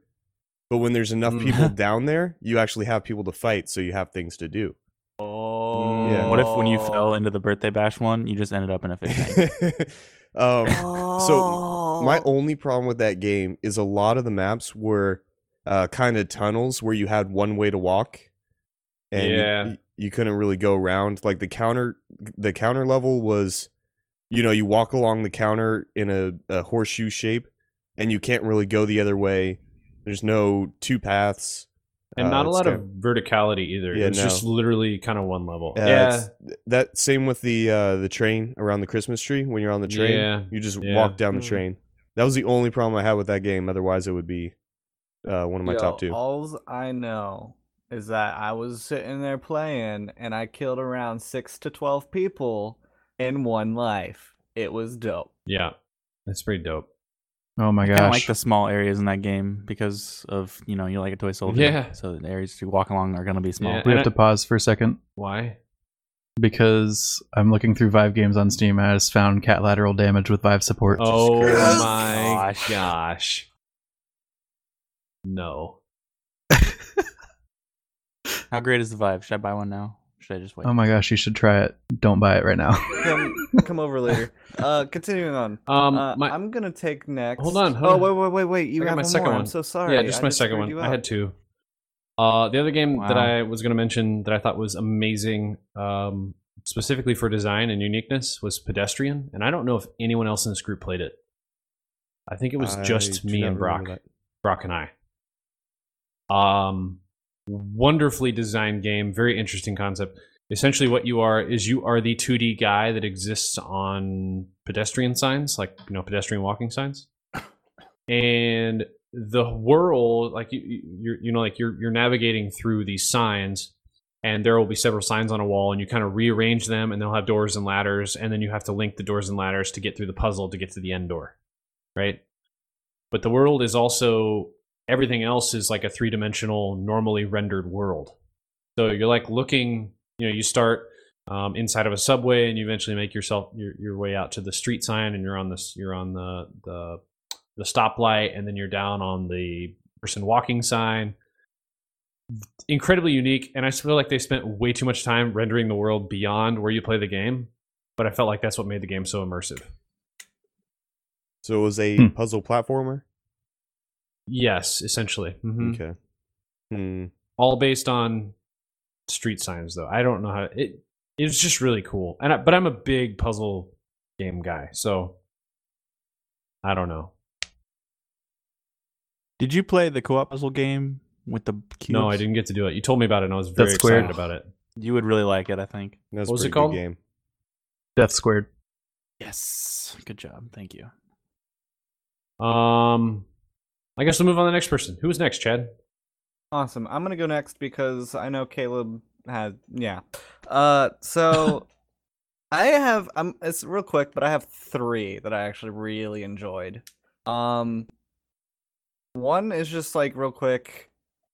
B: But when there's enough
D: Mm.
B: people down there, you actually have people to fight, so you have things to do.
A: Oh.
B: Yeah.
C: What if when you fell into the birthday bash one, you just ended up in a fish
D: Oh
C: tank?
B: um,
A: So
B: My only problem with that game is a lot of the maps were uh, kind of tunnels where you had one way to walk, and you-
D: Yeah.
B: you, couldn't really go around. Like the counter, the counter level was, you know, you walk along the counter in a, a horseshoe shape, and you can't really go the other way. There's no two paths,
D: and
B: Uh,
D: not a
B: it's
D: lot of
B: kinda-
D: verticality either.
B: Yeah,
D: it's
B: no.
D: just literally kind of one level.
B: Yeah,
D: yeah,
B: Uh, it's- That same with the uh, the train around the Christmas tree. When you're on the train,
D: Yeah.
B: you just
D: Yeah.
B: walk down the
A: Mhm.
B: train. That was the only problem I had with that game. Otherwise, it would be uh, one of my top two.
A: All I know is that I was sitting there playing and I killed around six to twelve people in one life. It was dope.
D: yeah, that's pretty dope.
E: Oh my
C: I
E: gosh.
C: don't like the small areas in that game because of you know you like a toy soldier.
D: Yeah.
C: So the areas you walk along are gonna be small.
D: Yeah.
E: we
D: and
E: have to
D: I-
E: pause for a second
D: Why?
E: because I'm looking through Vive games on Steam and I just found cat lateral damage with Vive support.
D: Oh
B: Christ.
D: my
C: Gosh.
D: gosh! No.
C: How great is the vibe? Should I buy one now? Should I just wait?
E: Oh my gosh, you should try it. Don't buy it right now.
A: Come, come over later. Uh, continuing on.
D: Um,
A: Uh,
D: my
A: I'm gonna take next.
D: Hold on,
A: oh
D: hold
A: wait,
D: on.
A: wait, wait, wait! You
D: I got
A: have
D: my
A: one
D: second
A: more. I'm
D: one.
A: so sorry.
D: yeah, just my
A: I
D: second
A: screwed
D: one.
A: you
D: I
A: up.
D: had two. Uh, the other game that
C: Wow.
D: I was going to mention that I thought was amazing, um, specifically for design and uniqueness, was Pedestrian, and I don't know if anyone else in this group played it. I think it was
B: I
D: just
B: do
D: me
B: not
D: and Brock,
B: remember that.
D: Brock and I. Um, wonderfully designed game, very interesting concept. Essentially, what you are is you are the 2D guy that exists on pedestrian signs, like you know pedestrian walking signs, and the world like you you- you're, you know like you're you're navigating through these signs and there will be several signs on a wall and you kind of rearrange them and they'll have doors and ladders and then you have to link the doors and ladders to get through the puzzle to get to the end door right but the world is also everything else is like a three-dimensional normally rendered world so you're like looking you know you start um, inside of a subway and you eventually make yourself your, your way out to the street sign and you're on this you're on the the the stoplight and then you're down on the person walking sign incredibly unique and i just feel like they spent way too much time rendering the world beyond where you play the game but i felt like that's what made the game so immersive
B: So it was a
E: Hmm.
B: puzzle platformer.
D: yes essentially Mhm.
B: Okay. Hmm.
D: all based on street signs though i don't know how it it's just really cool and I, but i'm a big puzzle game guy so i don't know
C: Did you play the co-op puzzle game with the cubes?
D: no i didn't get to do it you told me about it and i was very
E: That's squared.
D: excited about it
C: You would really like it, I think.
B: That's
D: What was
B: a
D: it
B: pretty
D: called?
B: good game.
E: Death squared.
C: Yes. Good job. Thank you.
D: um i guess we'll move on to the next person who's next chad
A: Awesome. I'm gonna go next because I know Caleb had yeah. Uh, so I have um, it's real quick, but I have three that I actually really enjoyed. Um, one is just like real quick,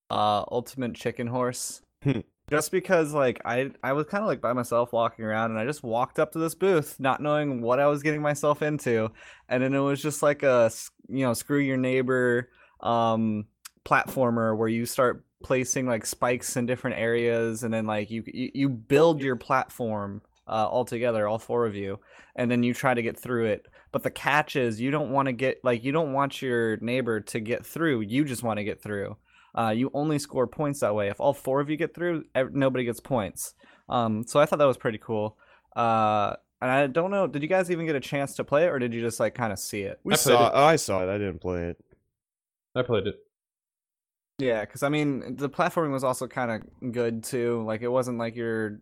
A: uh, Ultimate Chicken Horse.
B: Hmm.
A: just because like I I was kind of like by myself walking around, and I just walked up to this booth, not knowing what I was getting myself into, and then it was just like a s- you know screw your neighbor. Um, platformer where you start placing like spikes in different areas and then like you you, you build your platform uh, all together all four of you and then you try to get through it but the catch is you don't want to get like you don't want your neighbor to get through you just want to get through uh, you only score points that way if all four of you get through ev- nobody gets points um, so i thought that was pretty cool uh, and i don't know did you guys even get a chance to play it or did you just like kind of see it
B: We
D: I played
B: saw. Oh, I saw it. I didn't play it.
D: i played it
A: Yeah, because I mean, the platforming was also kind of good too. Like, it wasn't like your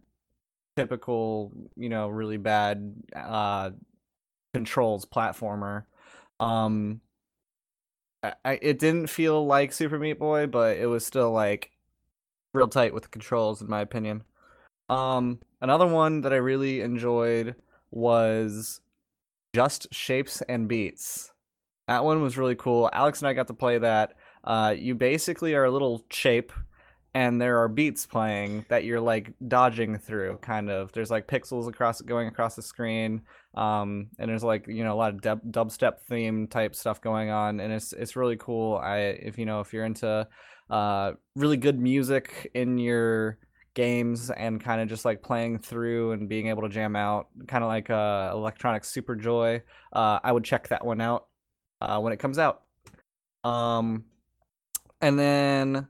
A: typical, you know, really bad uh, controls platformer. Um, I, I, it didn't feel like Super Meat Boy, but it was still like real tight with the controls, in my opinion. Um, another one that I really enjoyed was Just Shapes and Beats. That one was really cool. Alex and I got to play that uh, you basically are a little shape and there are beats playing that you're like dodging through kind of there's like pixels across going across the screen um and there's like you know a lot of dub- dubstep theme type stuff going on and it's it's really cool i if you know if you're into uh really good music in your games and kind of just like playing through and being able to jam out kind of like uh electronic super joy uh i would check that one out uh when it comes out um and then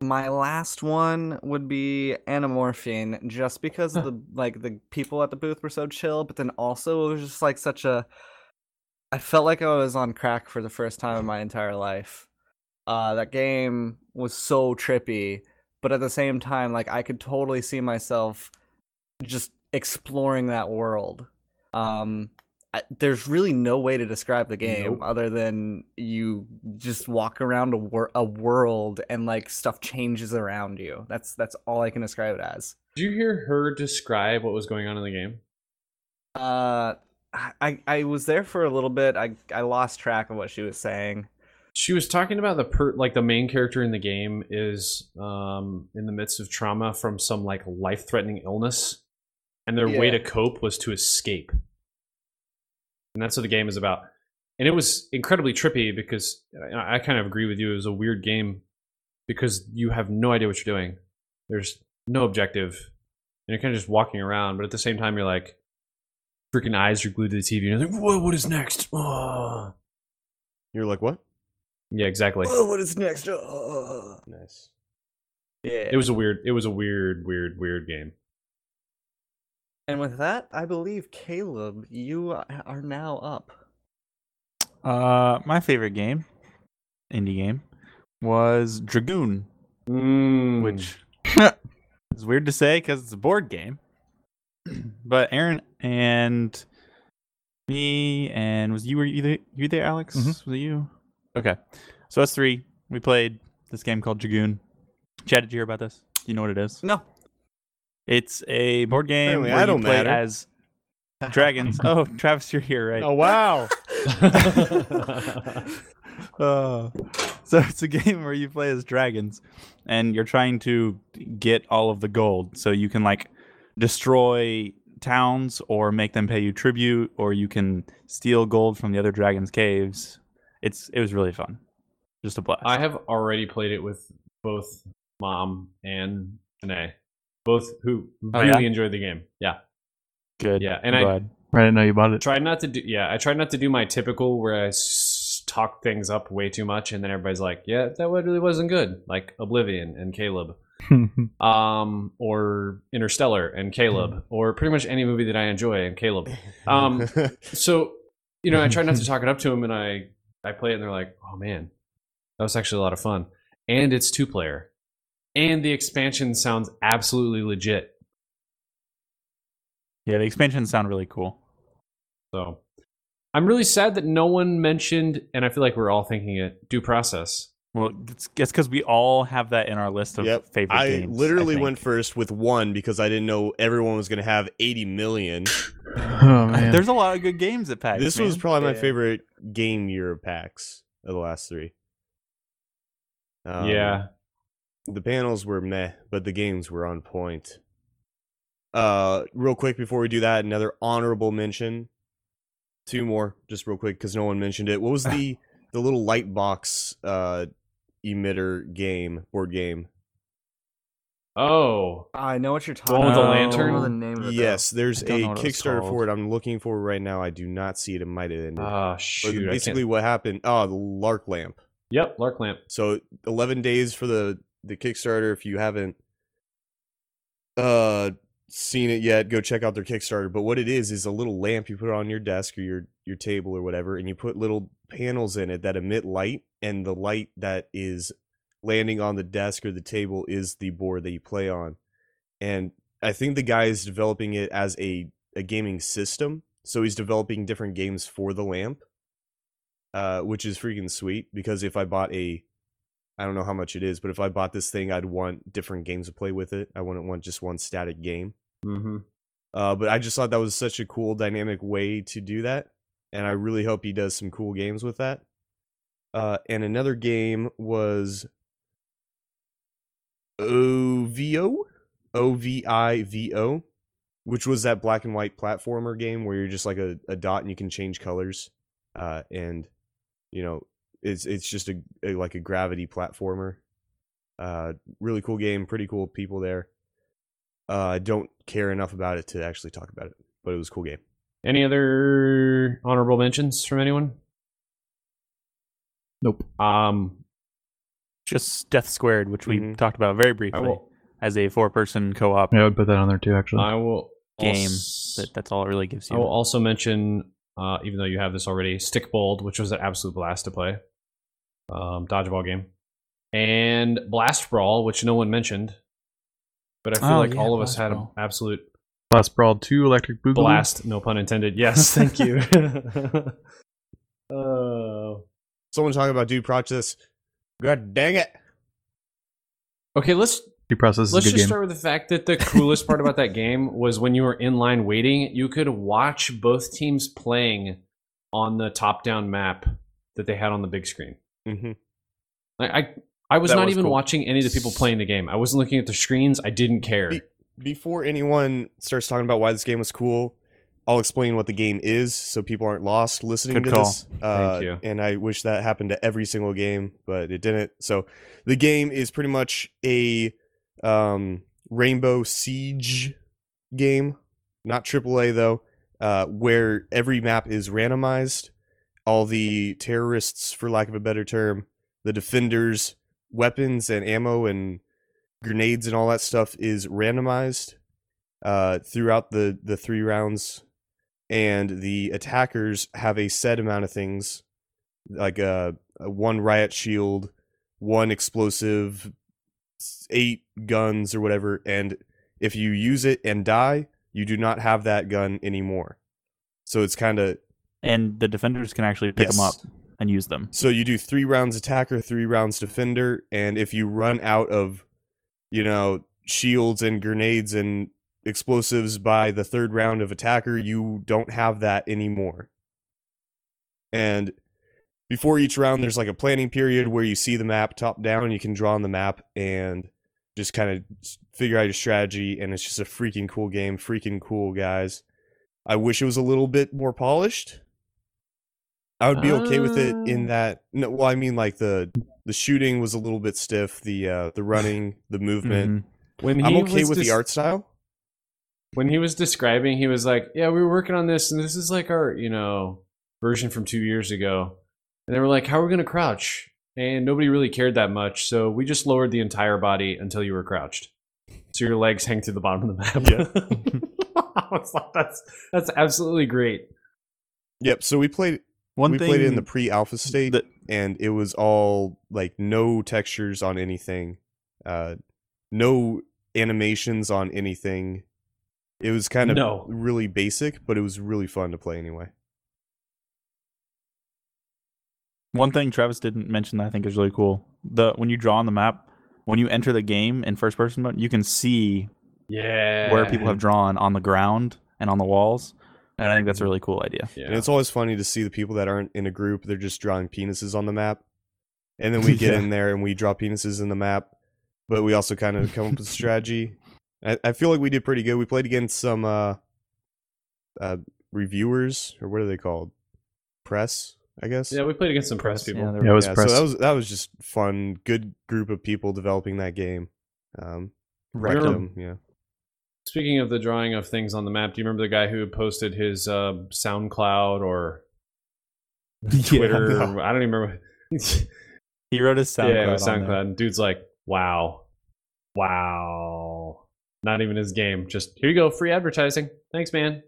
A: my last one would be anamorphine just because of the like the people at the booth were so chill but then also it was just like such a i felt like i was on crack for the first time in my entire life uh that game was so trippy but at the same time like i could totally see myself just exploring that world um I, there's really no way to describe the game
D: Nope.
A: other than you just walk around a, wor- a world and like stuff changes around you. That's that's all I can describe it as.
D: Did you hear her describe what was going on in the game?
A: Uh, I- I I was there for a little bit. I I lost track of what she was saying.
D: she was talking about the per like the main character in the game is um in the midst of trauma from some like life threatening illness and their way
A: Yeah.
D: to cope was to escape and that's what the game is about and it was incredibly trippy because and i I kind of agree with you it was a weird game because you have no idea what you're doing there's no objective and you're kind of just walking around but at the same time you're like freaking eyes are glued to the tv and you're like whoa what is next oh.
B: You're like, what?
D: yeah exactly
A: Whoa, what is next? Oh.
B: Nice.
A: Yeah.
D: It was a weird. It was a weird, weird, weird game.
A: and with that, I believe Caleb, you are now up.
C: Uh, my favorite game, indie game, was Dragoon, which is weird to say because it's a board game. but Aaron and me and was you were you there, you there Alex?
E: Mhm.
C: Was it you? Okay, so us three we played this game called Dragoon. Chad, did you hear about this? Do you know what it is?
A: No.
C: It's a board game
B: Apparently
C: where
B: I
C: you
B: don't
C: play
B: matter.
C: as dragons. oh, Travis, you're here, right?
B: Oh wow!
C: Uh, so it's a game where you play as dragons and you're trying to get all of the gold so you can like destroy towns or make them pay you tribute or you can steal gold from the other dragons caves it's it was really fun just a blast
D: I have already played it with both mom and Danae, both who
C: Oh,
D: really
C: yeah?
D: enjoyed the game. Yeah,
C: good
D: yeah, and
C: I'm
D: I-
C: glad.
E: I didn't know you bought it.
D: tried not to do. Yeah, I tried not to do my typical where I s- talk things up way too much, and then everybody's like, "Yeah, that one really wasn't good." Like Oblivion and Caleb,
E: Oh,
D: um, or Interstellar and
C: Mm.
D: Caleb, or pretty much any movie that I enjoy and Caleb. Um, so you know i try not to talk it up to them and i i play it and they're like oh man that was actually a lot of fun and it's two player and the expansion sounds absolutely legit
C: yeah the expansions sound really cool
D: so i'm really sad that no one mentioned and i feel like we're all thinking it due process
C: well it's because we all have that in our list of
B: Yep.
C: favorite
B: I
C: games
B: literally
C: think.
B: went first with one because I didn't know everyone was gonna have 80 million.
E: oh man.
C: Uh, there's a lot of good games at PAX
B: this was
C: man.
B: probably my
A: Yeah.
B: favorite game year of PAX of the last three. Um,
D: yeah
B: the panels were meh, but the games were on point. Uh, real quick before we do that, another honorable mention. Two more, just real quick, because no one mentioned it. What was the the little light box uh, emitter game board game?
D: oh
A: I know what you're talking
D: one
C: with the
A: about.
D: lantern?
A: Oh, the name of it, though.
B: Yes, there's
C: I don't
B: a
C: know what it was
B: Kickstarter for
C: called. Uh,
B: it. I'm looking for it right now. I do not see it. It might have ended.
D: ah
B: But
D: shoot I
B: basically,
D: can't-
B: what happened? Oh, the Lark Lamp.
D: yep lark lamp
B: So 11 days for the the Kickstarter. If you haven't uh seen it yet, go check out their Kickstarter. But what it is is a little lamp you put on your desk or your your table or whatever, and you put little panels in it that emit light, and the light that is landing on the desk or the table is the board that you play on. And I think the guy is developing it as a a gaming system. So he's developing different games for the lamp. Uh, which is freaking sweet because if I bought a I don't know how much it is, but if I bought this thing, I'd want different games to play with it. I wouldn't want just one static game.
D: mm-hmm.
B: Uh, but I just thought that was such a cool, dynamic way to do that, and I really hope he does some cool games with that. Uh, and another game was OVO, O-V-I-V-O, which was that black and white platformer game where you're just like a, a dot and you can change colors. Uh, and you know, it's it's just a, a like a gravity platformer. Uh, really cool game, pretty cool people there. Uh, I don't care enough about it to actually talk about it, but it was a cool game.
D: Any other honorable mentions from anyone?
E: Nope.
D: Um,
C: Just Death Squared, which we
B: Mhm.
C: talked about very
D: I
C: briefly
D: will.
C: as a four person co op.
E: Yeah, I would put that on there too, actually.
D: I will
C: Game
D: als-
C: But that's all it really gives
D: I
C: you.
D: will also mention, uh, even though you have this already, Stickbold, which was an absolute blast to play, um, dodgeball game, and Blast Brawl, which no one mentioned, but I feel
C: Oh,
D: like
C: yeah,
D: all of us
C: Blast
D: had an
C: Brawl.
D: absolute
E: Blast Brawl 2, Electric Boogaloo.
D: blast. No pun intended. Yes, thank you. Oh.
B: Someone talking about due process. God dang it!
D: okay, let's
E: Due process is
D: Let's
E: a good
D: just
E: game.
D: start with the fact that the coolest part about that game was when you were in line waiting, you could watch both teams playing on the top-down map that they had on the big screen.
B: hmm
C: Mm-hmm.
D: Like I, I was
C: That
D: not
C: was
D: even
C: cool.
D: watching any of the people playing the game. I wasn't looking at the screens. I didn't care.
B: Be- before anyone starts talking about why this game was cool, I'll explain what the game is so people aren't lost listening to
C: Good call.
B: this. Uh,
D: you.
B: And I wish that happened to every single game, but it didn't. So the game is pretty much a um, Rainbow Siege game, not AAA though, uh, where every map is randomized. All the terrorists, for lack of a better term, the defenders, weapons and ammo and grenades and all that stuff is randomized uh, throughout the the three rounds, and the attackers have a set amount of things, like a, a one riot shield, one explosive, s- eight guns or whatever, and if you use it and die, you do not have that gun anymore. So it's kind of
C: and the defenders can actually pick them up
B: Yes.
C: and use them.
B: so you do three rounds attacker, three rounds defender, and if you run out of, you know, shields and grenades and explosives by the third round of attacker, you don't have that anymore. And before each round, there's like a planning period where you see the map top down. You can draw on the map and just kind of figure out your strategy. And it's just a freaking cool game, freaking cool guys. I wish it was a little bit more polished. I would be okay with it in
D: Ah.
B: that. No, well, I mean, like the the shooting was a little bit stiff. The uh, the running, the movement.
C: Mhm.
D: When
B: I'm
D: Mm-hmm. he
B: okay
D: was
B: with
D: des-
B: the art style.
D: When he was describing, he was like, "Yeah, we were working on this, and this is like our, you know, version from two years ago." And they were like, "How are we going to crouch?" And nobody really cared that much, so we just lowered the entire body until you were crouched, so your legs hang through the bottom of the map. I was like, "That's that's absolutely great."
B: Yep. So we played
C: One
B: we
C: thing
B: played it in the pre-alpha state,
C: that-
B: and it was all like no textures on anything, uh, no animations on anything. It was kind of
D: No.
B: really basic, but it was really fun to play anyway.
C: One thing Travis didn't mention that I think is really cool. The when you draw on the map, when you enter the game in first person mode, you can see
D: Yeah,
C: where people have drawn on the ground and on the walls. And I think
E: Mm-hmm.
C: that's a really cool idea.
B: And
D: Yeah.
B: it's always funny to see the people that aren't in a group; they're just drawing penises on the map, and then we get
C: Yeah.
B: in there and we draw penises in the map, but we also kind of come up with strategy. I, I feel like we did pretty good. We played against some uh, uh, reviewers or what are they called? Press, I guess.
D: yeah, we played against some press people.
C: Yeah, they're-
E: Yeah, it was
B: yeah,
E: press.
B: so that was that was just fun. Good group of people developing that game. Um,
C: Wrecked
B: wrecked
D: You're-
B: them, yeah.
D: Speaking of the drawing of things on the map, do you remember the guy who posted his uh, SoundCloud or Twitter?
B: Yeah.
D: or- I don't even remember.
C: He wrote his SoundCloud.
D: yeah, it was
C: on there.
D: SoundCloud. And dude's like, "Wow, wow." Not even his game. Just here you go, free advertising. Thanks, man.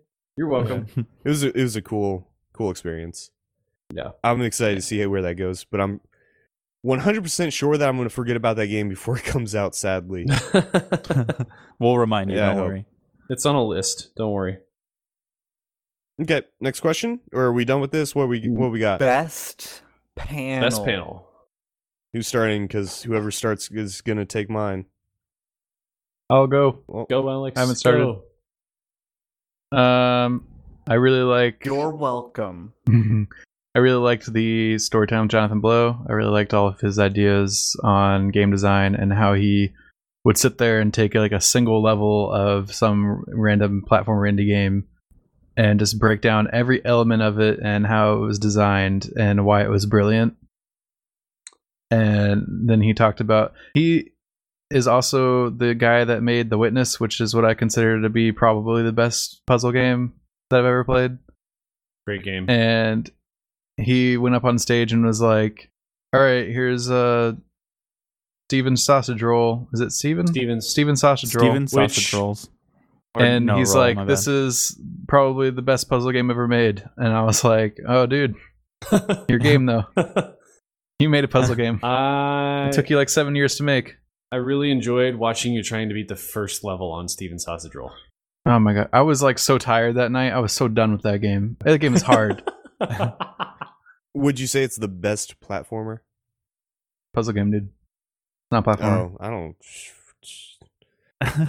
D: You're welcome.
B: It was a, it was a cool cool experience.
D: Yeah.
B: I'm excited to see where that goes, but I'm 100% sure that I'm going to forget about that game before it comes out. Sadly,
C: we'll remind you.
B: Yeah, I
C: don't
B: hope.
C: worry.
D: it's on a list. Don't worry.
B: okay. Next question, or are we done with this? What
E: Mm,
B: we what we got?
A: Best panel.
D: Best panel.
B: Who's starting? Because whoever starts is going to take mine.
E: I'll go.
B: Well,
D: Go, Alex.
E: I haven't started.
D: Go.
E: Um, I really like.
A: You're welcome.
E: I really liked the story time with Jonathan Blow. I really liked all of his ideas on game design and how he would sit there and take like a single level of some random platform indie game and just break down every element of it and how it was designed and why it was brilliant. And then he talked about he is also the guy that made The Witness, which is what I consider to be probably the best puzzle game that I've ever played.
D: Great game.
E: And he went up on stage and was like, "All right, here's uh Steven sausage roll. Is it Steven?
D: Steven,
E: Steven sausage roll.
C: Steven Sausage
B: which-
C: Rolls. Or-
E: and
C: no,
E: he's
C: roll, my
E: like, "This
C: bad.
E: is probably the best puzzle game ever made." And I was like, "Oh, dude, your game though. You made a puzzle game.
D: I
E: It took you like seven years to make."
D: I really enjoyed watching you trying to beat the first level on Steven Sausage Roll.
E: Oh my god, I was like so tired that night. I was so done with that game. That game is hard.
B: Would you say it's the best platformer?
E: puzzle game, dude. It's not platform.
B: Oh, I don't.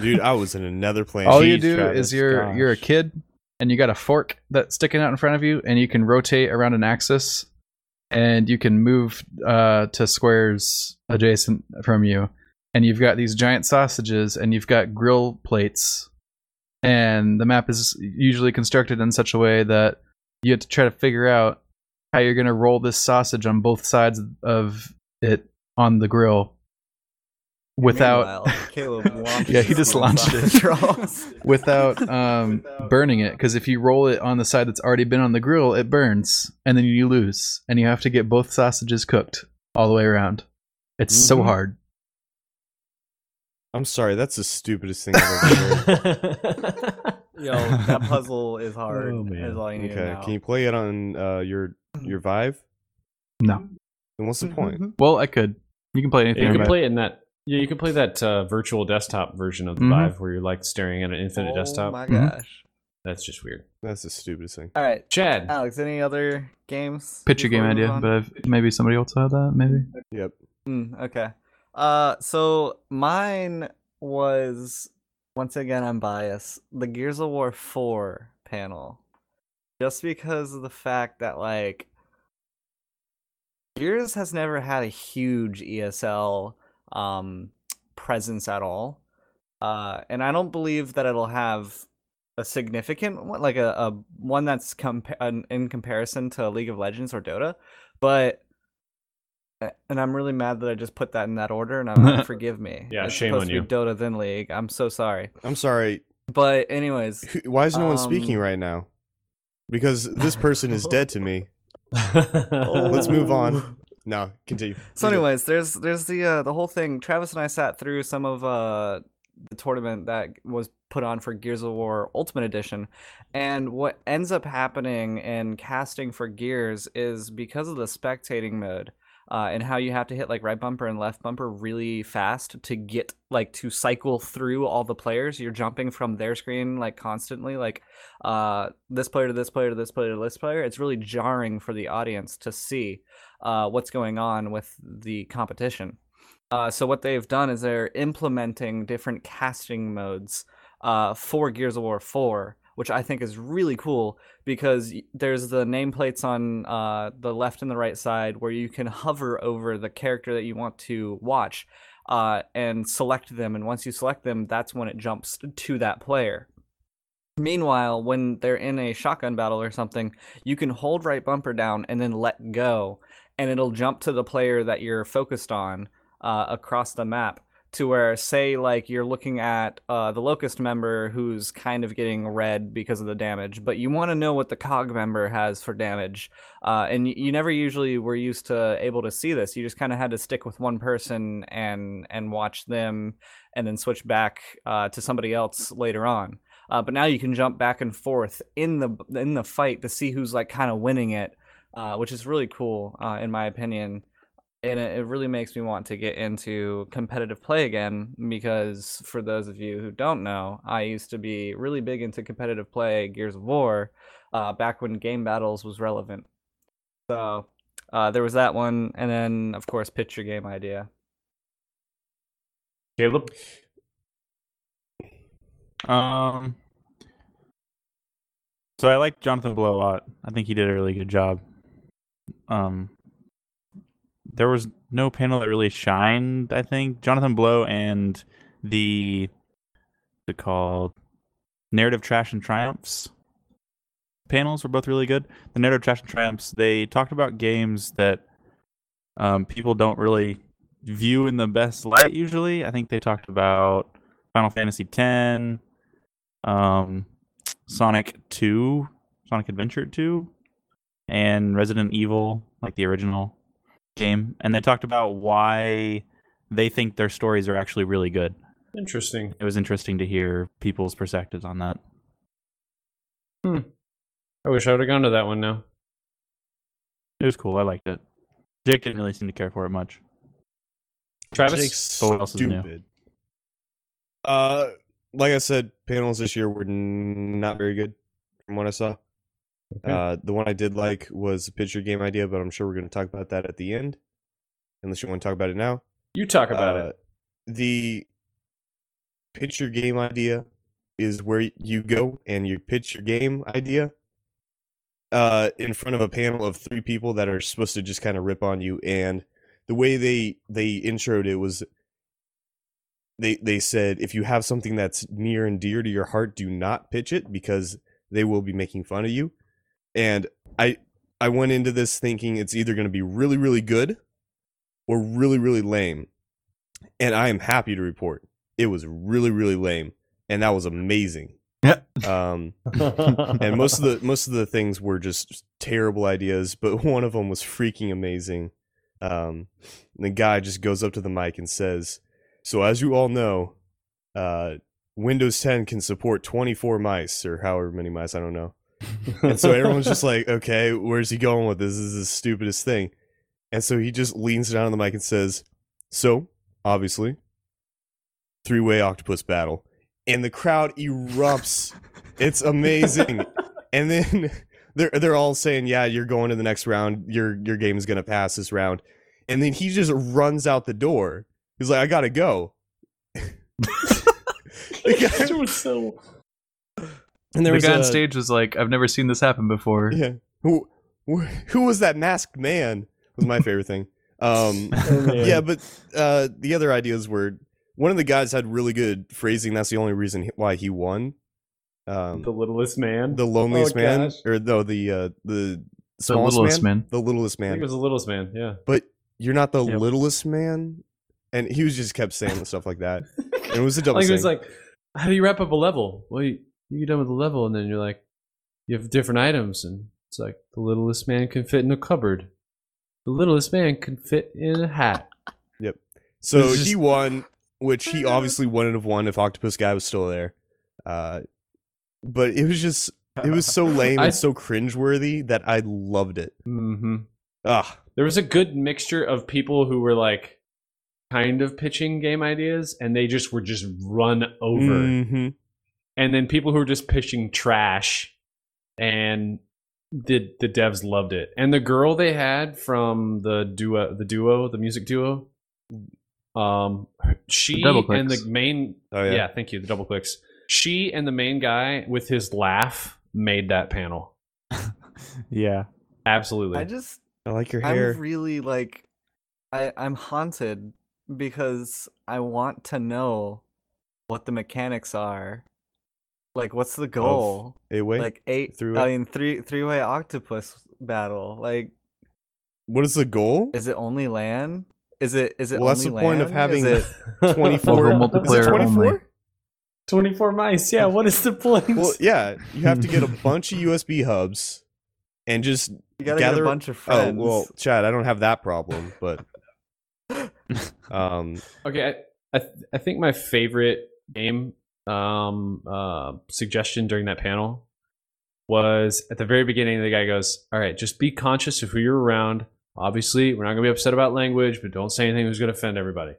B: Dude, I was in another plane.
E: All you
B: Jeez,
E: do
B: Travis,
E: is you're
B: gosh.
E: you're a kid and you got a fork that's sticking out in front of you and you can rotate around an axis and you can move uh, to squares adjacent from you and you've got these giant sausages and you've got grill plates and the map is usually constructed in such a way that you have to try to figure out how you're going to roll this sausage on both sides of it on the grill without
A: Meanwhile, Caleb launches
E: Yeah, he just
A: his
E: launched it.
A: sausage rolls.
E: without um burning it because if you roll it on the side that's already been on the grill it burns and then you lose and you have to get both sausages cooked all the way around it's so
D: Mhm.
E: hard
B: I'm sorry, that's the stupidest thing I've ever heard.
A: Yo, that puzzle is hard.
D: Oh, man.
A: Is all you need to
B: Okay,
A: know.
B: can you play it on uh, your your Vive?
E: No.
B: Then
A: Mm-hmm,
B: what's the point?
E: well i could you can play anything
D: you
E: on
D: can
E: it.
D: play it in that. Yeah, you can play that uh, virtual desktop version of the
E: Mhm.
B: Mm-hmm.
D: Vive where you're like staring at an infinite
A: Oh
D: desktop.
A: my
E: Mhm.
A: gosh.
D: That's just weird.
B: That's the stupidest thing.
A: All right,
D: Chad,
A: Alex. Any other games?
E: picture
A: before
E: game
A: we move
E: idea
A: on?
E: but I've, maybe somebody else had that maybe
B: Yep.
A: Mm, okay. Uh, so mine was once again I'm biased. The Gears of War four panel, just because of the fact that like Gears has never had a huge ESL um presence at all, uh, and I don't believe that it'll have a significant one, like a, a one that's compa- an, in comparison to League of Legends or Dota, but a- and I'm really mad that I just put that in that order, and I'm forgive me.
D: Yeah,
A: It's
D: shame
A: supposed
D: on
A: to be Dota then League. I'm so sorry.
B: I'm sorry.
A: But anyways,
B: Who- Why is no one speaking
A: Um,
B: right now? Because this person is dead to me. Let's
A: Let's
B: move
A: Oh.
B: on. No, continue.
A: So,
B: You're good.
A: anyways, there's there's the uh, the whole thing. Travis and I sat through some of uh, the tournament that was put on for Gears of War Ultimate Edition, and what ends up happening in casting for Gears is because of the spectating mode. Uh, and how you have to hit like right bumper and left bumper really fast to get like to cycle through all the players. You're jumping from their screen like constantly, like uh, this player to this player to this player to this player. It's really jarring for the audience to see uh, what's going on with the competition. Uh, so what they've done is they're implementing different casting modes uh, for Gears of War 4, which I think is really cool because y- there's the nameplates on uh, the left and the right side where you can hover over the character that you want to watch uh, and select them. And once you select them, that's when it jumps to that player. Meanwhile, when they're in a shotgun battle or something, you can hold right bumper down and then let go, and it'll jump to the player that you're focused on uh, across the map. To where, say, like you're looking at uh, the locust member who's kind of getting red because of the damage, but you want to know what the cog member has for damage, uh, and y- you never usually were used to able to see this. You just kind of had to stick with one person and and watch them, and then switch back uh, to somebody else later on uh, but now you can jump back and forth in the in the fight to see who's like kind of winning it, uh, which is really cool uh, in my opinion, and it, it really makes me want to get into competitive play again because for those of you who don't know, I used to be really big into competitive play Gears of War, uh, back when game battles was relevant. So uh, there was that one, and then of course picture game idea.
D: Caleb,
C: Um. So I like Jonathan Blow a lot. I think he did a really good job. Um. There was no panel that really shined. I think Jonathan Blow and the the called narrative trash and triumphs panels were both really good. The narrative trash and triumphs they talked about games that um, people don't really view in the best light usually. I think they talked about Final Fantasy X, um, Sonic Two, Sonic Adventure Two, and Resident Evil, like the original game. And they talked about why they think their stories are actually really good.
D: Interesting.
C: It was interesting to hear people's perspectives on that.
D: I wish I would have gone to that one now.
C: It was cool. I liked it. Jake didn't really seem to care for it much.
D: Travis?
B: Jake's
C: But what else is new?
B: Uh, like I said, panels this year were n- not very good from what I saw.
C: Hmm.
B: Uh, the one I did like was a picture game idea, but I'm sure we're going to talk about that at the end, unless you want to talk about it now.
D: You talk about
B: Uh, The picture game idea is where you go and you pitch your game idea uh, in front of a panel of three people that are supposed to just kind of rip on you. And the way they they introed it was they they said if you have something that's near and dear to your heart, do not pitch it because they will be making fun of you. And I I went into this thinking it's either going to be really really good or really really lame and I am happy to report it was really really lame, and that was amazing.
E: Yeah.
B: Um,
D: it.
B: and most of the most of the things were just terrible ideas, but one of them was freaking amazing. Um, and the guy just goes up to the mic and says, "So as you all know, uh, Windows 10 can support 24 mice or however many mice I don't know." uh, And so everyone's just like, okay, where's he going with this? This is the stupidest thing. And so he just leans down on the mic and says, So, obviously, three way octopus battle. And the crowd erupts. it's amazing. And then they're they're all saying, Yeah, you're going to the next round. Your your game is gonna pass this round. And then he just runs out the door. He's like, I gotta go. The guy-
D: It was so-
B: and
E: the guy on
B: a-
E: stage was like, "I've never seen this happen before."
B: Yeah. Who wh- who was that masked man? Was my favorite thing. Um
D: Oh,
B: yeah, but uh the other ideas were one of the guys had really good phrasing. That's the only reason he- why he won. Um the,
D: the littlest man.
B: loneliest
D: Oh,
B: man
D: gosh.
B: or no, the uh the
E: the
B: smallest
E: littlest
B: man?
E: man.
B: The littlest
D: I think it
B: man.
D: was the littlest man. Yeah.
B: but you're not the
C: Yep.
B: littlest man. And he was just kept saying stuff like that. And it was a double
D: like it
B: thing.
D: was like, how do you wrap up a level? Well, you, you get done with the level, and then you're like, you have different items, and it's like the littlest man can fit in a cupboard, the littlest man can fit in a hat.
B: So
E: It's just-
B: he won, which he obviously wouldn't have won if Octopus Guy was still there. Uh, but it was just, it was so lame
D: I-
B: and so cringeworthy that I loved it.
D: Mm-hmm.
B: Ah,
D: There was a good mixture of people who were like, kind of pitching game ideas, and they just were just run over,
B: mhm.
D: and then people who were just pitching trash, and the the devs loved it, and the girl they had from the duo, the duo, the music duo. Um, she
E: double
D: and the
E: clicks.
D: main
B: Oh
D: yeah.
B: yeah.
D: thank you. The double clicks. She and the main guy with his laugh made that panel.
C: yeah.
D: Absolutely.
A: I just
B: I like your hair.
A: I'm really like I I'm haunted because I want to know what the mechanics are. Like what's the goal?
B: Hey, wait.
A: Like eight
B: three-way-
A: I mean three three way octopus battle. Like
B: what is the goal?
A: is it only land? Is it is it
B: Well, that's
A: only
B: the point of
A: land? Is
B: having
A: it,
B: 24
E: Local
B: Is it
E: multiplayer only.
B: 24?
D: 24 mice. Yeah, what is the point?
B: Well, yeah. You have to get a bunch of USB hubs and just,
A: you gotta get
B: gather-
A: a bunch of friends.
B: oh, well, Chad, I don't have that problem, but. Um,
D: Okay, I, I, I think my favorite game um, uh, suggestion during that panel was at the very beginning. The guy goes, "All right, just be conscious of who you're around. Obviously, we're not going to be upset about language, but don't say anything that's going to offend everybody."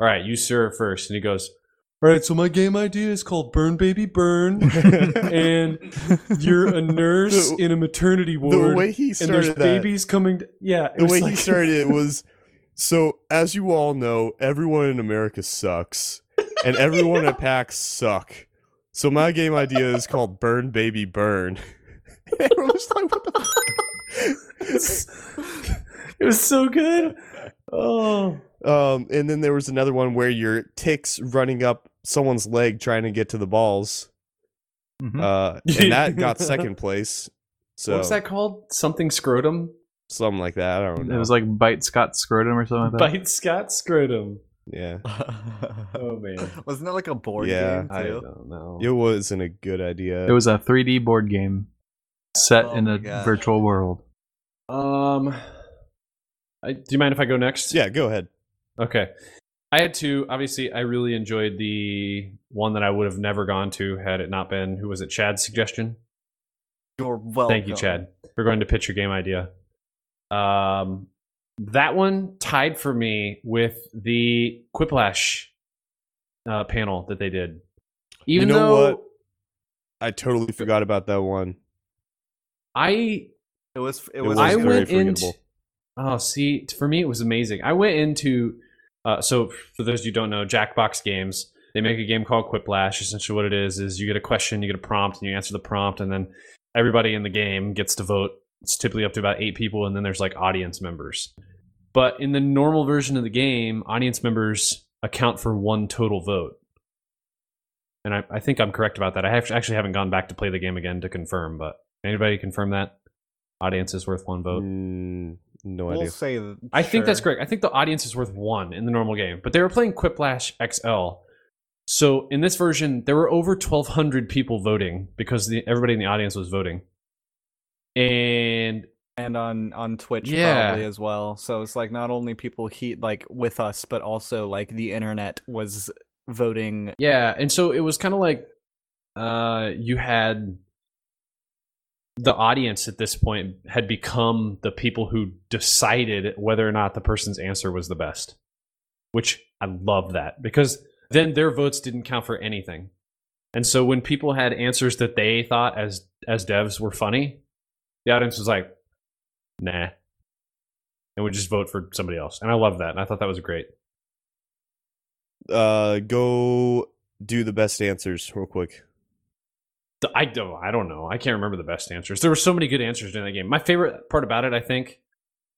D: All right, you sir first, and he goes, "All right, so my game idea is called Burn Baby Burn, and you're a nurse
B: The-
D: in a maternity
B: the
D: ward,
B: way he
D: and
B: started
D: there's
B: that,
D: babies coming. d- yeah, it
B: the
D: was
B: way he
D: like-
B: started it was so as you all know everyone in america sucks and everyone at pax suck so my game idea is called burn baby burn Everyone's like, what the
D: it was so good. Oh,
B: Um, and then there was another one where your ticks running up someone's leg trying to get to the balls.
E: Mhm.
B: Uh, and that got second place. So
D: What's that called? Something scrotum?
B: something like that. I don't know.
E: It was like bite Scott scrotum or something like that.
D: Bite Scott scrotum.
B: yeah,
D: Oh man.
A: Wasn't that like a board
B: Yeah.
A: game
D: I
A: too?
D: don't know.
B: it wasn't a good idea.
E: It was a 3D board game set
A: Oh
E: in
A: my
E: a
A: gosh.
E: virtual world.
D: Um, I, do you mind if I go next?
B: yeah, go ahead.
D: Okay. I had two. Obviously, I really enjoyed the one that I would have never gone to had it not been who was it? Chad's suggestion.
A: You're welcome.
D: Thank you, Chad, for going to pitch your game idea. Um, that one tied for me with the Quiplash uh, panel that they did. Even
B: know
D: though
B: what? I totally forgot about that one.
D: I
A: It was. It
B: It
A: was.
B: was
D: I
B: very
D: went into.
B: forgettable.
D: Oh, see, t- for me it was amazing. I went into. Uh, so for those you who don't know, Jackbox Games. They make a game called Quiplash. Essentially, what it is is you get a question, you get a prompt, and you answer the prompt, and then everybody in the game gets to vote. It's typically up to about eight people, and then there's like audience members. But in the normal version of the game, audience members account for one total vote. And I, I think I'm correct about that. I have, actually haven't gone back to play the game again to confirm, but anybody confirm that? Audience is worth one vote.
B: Mm, no
A: we'll
B: idea.
A: say. th-
D: I think that's
A: sure.
D: correct. I think the audience is worth one in the normal game, but they were playing Quiplash XL. So in this version, there were over 1,200 people voting because the, everybody in the audience was voting. And
A: and on on Twitch
D: Yeah.
A: probably as well. So it's like not only people heat like with us, but also like the internet was voting.
D: yeah, and so it was kind of like uh, you had the audience at this point had become the people who decided whether or not the person's answer was the best, which I love that because then their votes didn't count for anything. And so when people had answers that they thought as as devs were funny, the audience was like, "Nah," and would just vote for somebody else. And I love that. And I thought that was great.
B: Uh, go do the best answers real quick.
D: The- I don't, I don't know. I can't remember the best answers. There were so many good answers during that game. My favorite part about it, I think,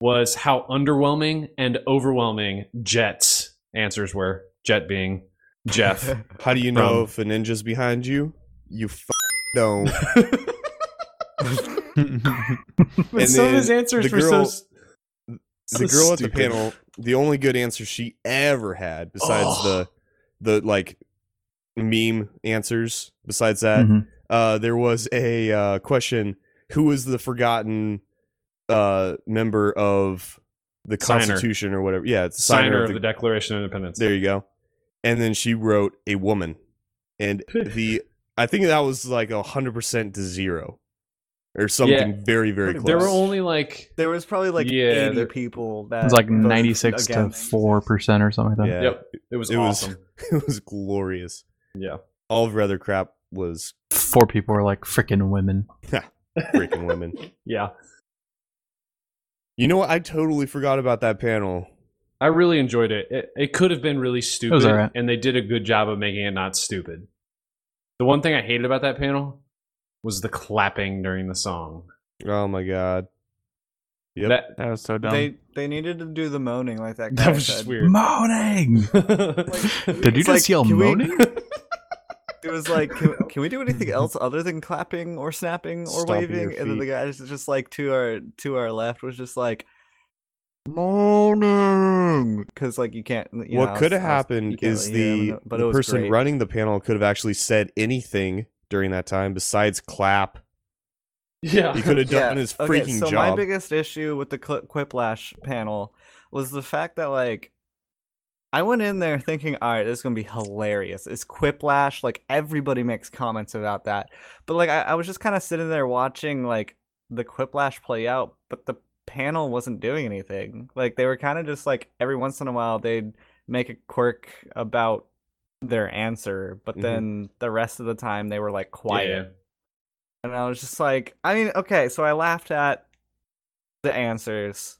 D: was how underwhelming and overwhelming Jet's answers were. Jet being Jeff.
B: How do you know
D: From-
B: if a ninja's behind you? You f- don't.
D: But
B: And
D: some of
B: then
D: his answers
B: the
D: were so.
B: girl-
D: s-
B: the girl at the
D: stupid.
B: panel, the only good answer she ever had, besides
D: Oh.
B: the the like meme answers, besides that,
D: Mm-hmm.
E: Mhm.
B: uh, there was a uh, question: Who was the forgotten uh, member of the
D: Signer.
B: Constitution or whatever? Yeah, it's
D: Signer, of the, Declaration of Independence.
B: There you go. And then she wrote a woman, and the I think that was like a hundred percent to zero, or something very very close.
D: there were only like
A: There was probably like
D: Yeah,
A: eighty
D: there-
A: people that
E: It was like
A: voted
E: 96 to
A: against.
E: 4% or something like that.
B: yeah,
D: Yep. it was
B: It was-
D: awesome.
B: it was glorious.
D: Yeah.
B: All of her other crap was
E: Four people were like freaking women.
B: freaking women.
D: Yeah,
B: You know what? I totally forgot about that panel.
D: I really enjoyed it. It, it could have been really stupid,
E: alright.
D: and they did a good job of making it not stupid. The one thing I hated about that panel was the clapping during the song.
B: Oh my god. Yep.
D: That
C: That was so dumb.
A: They they needed to do the moaning like that.
D: that
A: guy
D: was just
A: said.
D: weird.
E: Moaning! Did you
A: It's
E: just
A: like,
E: yell
A: can we-
E: moaning?
A: It was like, can, can we do anything else other than clapping or snapping or
B: Stomping your
A: waving? And then the
B: feet.
A: guy just, just like to our to our left was just like moaning because like you can't. You know, I
B: what
A: was-
B: could have
A: I was- you
B: happened
A: can't
B: is
A: really hear them,
B: the,
A: but it
B: the
A: was
B: person
A: great.
B: running the panel could have actually said anything during that time besides clap. He
D: yeah.
B: could have done
A: Yeah,
B: his
A: okay,
B: freaking
A: so
B: job.
A: my biggest issue with the Cl- Quiplash panel was the fact that like I went in there thinking, all right, this is gonna be hilarious. It's Quiplash, like everybody makes comments about that. But like I, I was just kind of sitting there watching like the Quiplash play out, but the panel wasn't doing anything. Like they were kind of just like every once in a while they'd make a quirk about their answer, but
B: Mhm.
A: then the rest of the time they were like quiet.
D: Yeah.
A: And I was just like, I mean, okay, so I laughed at the answers.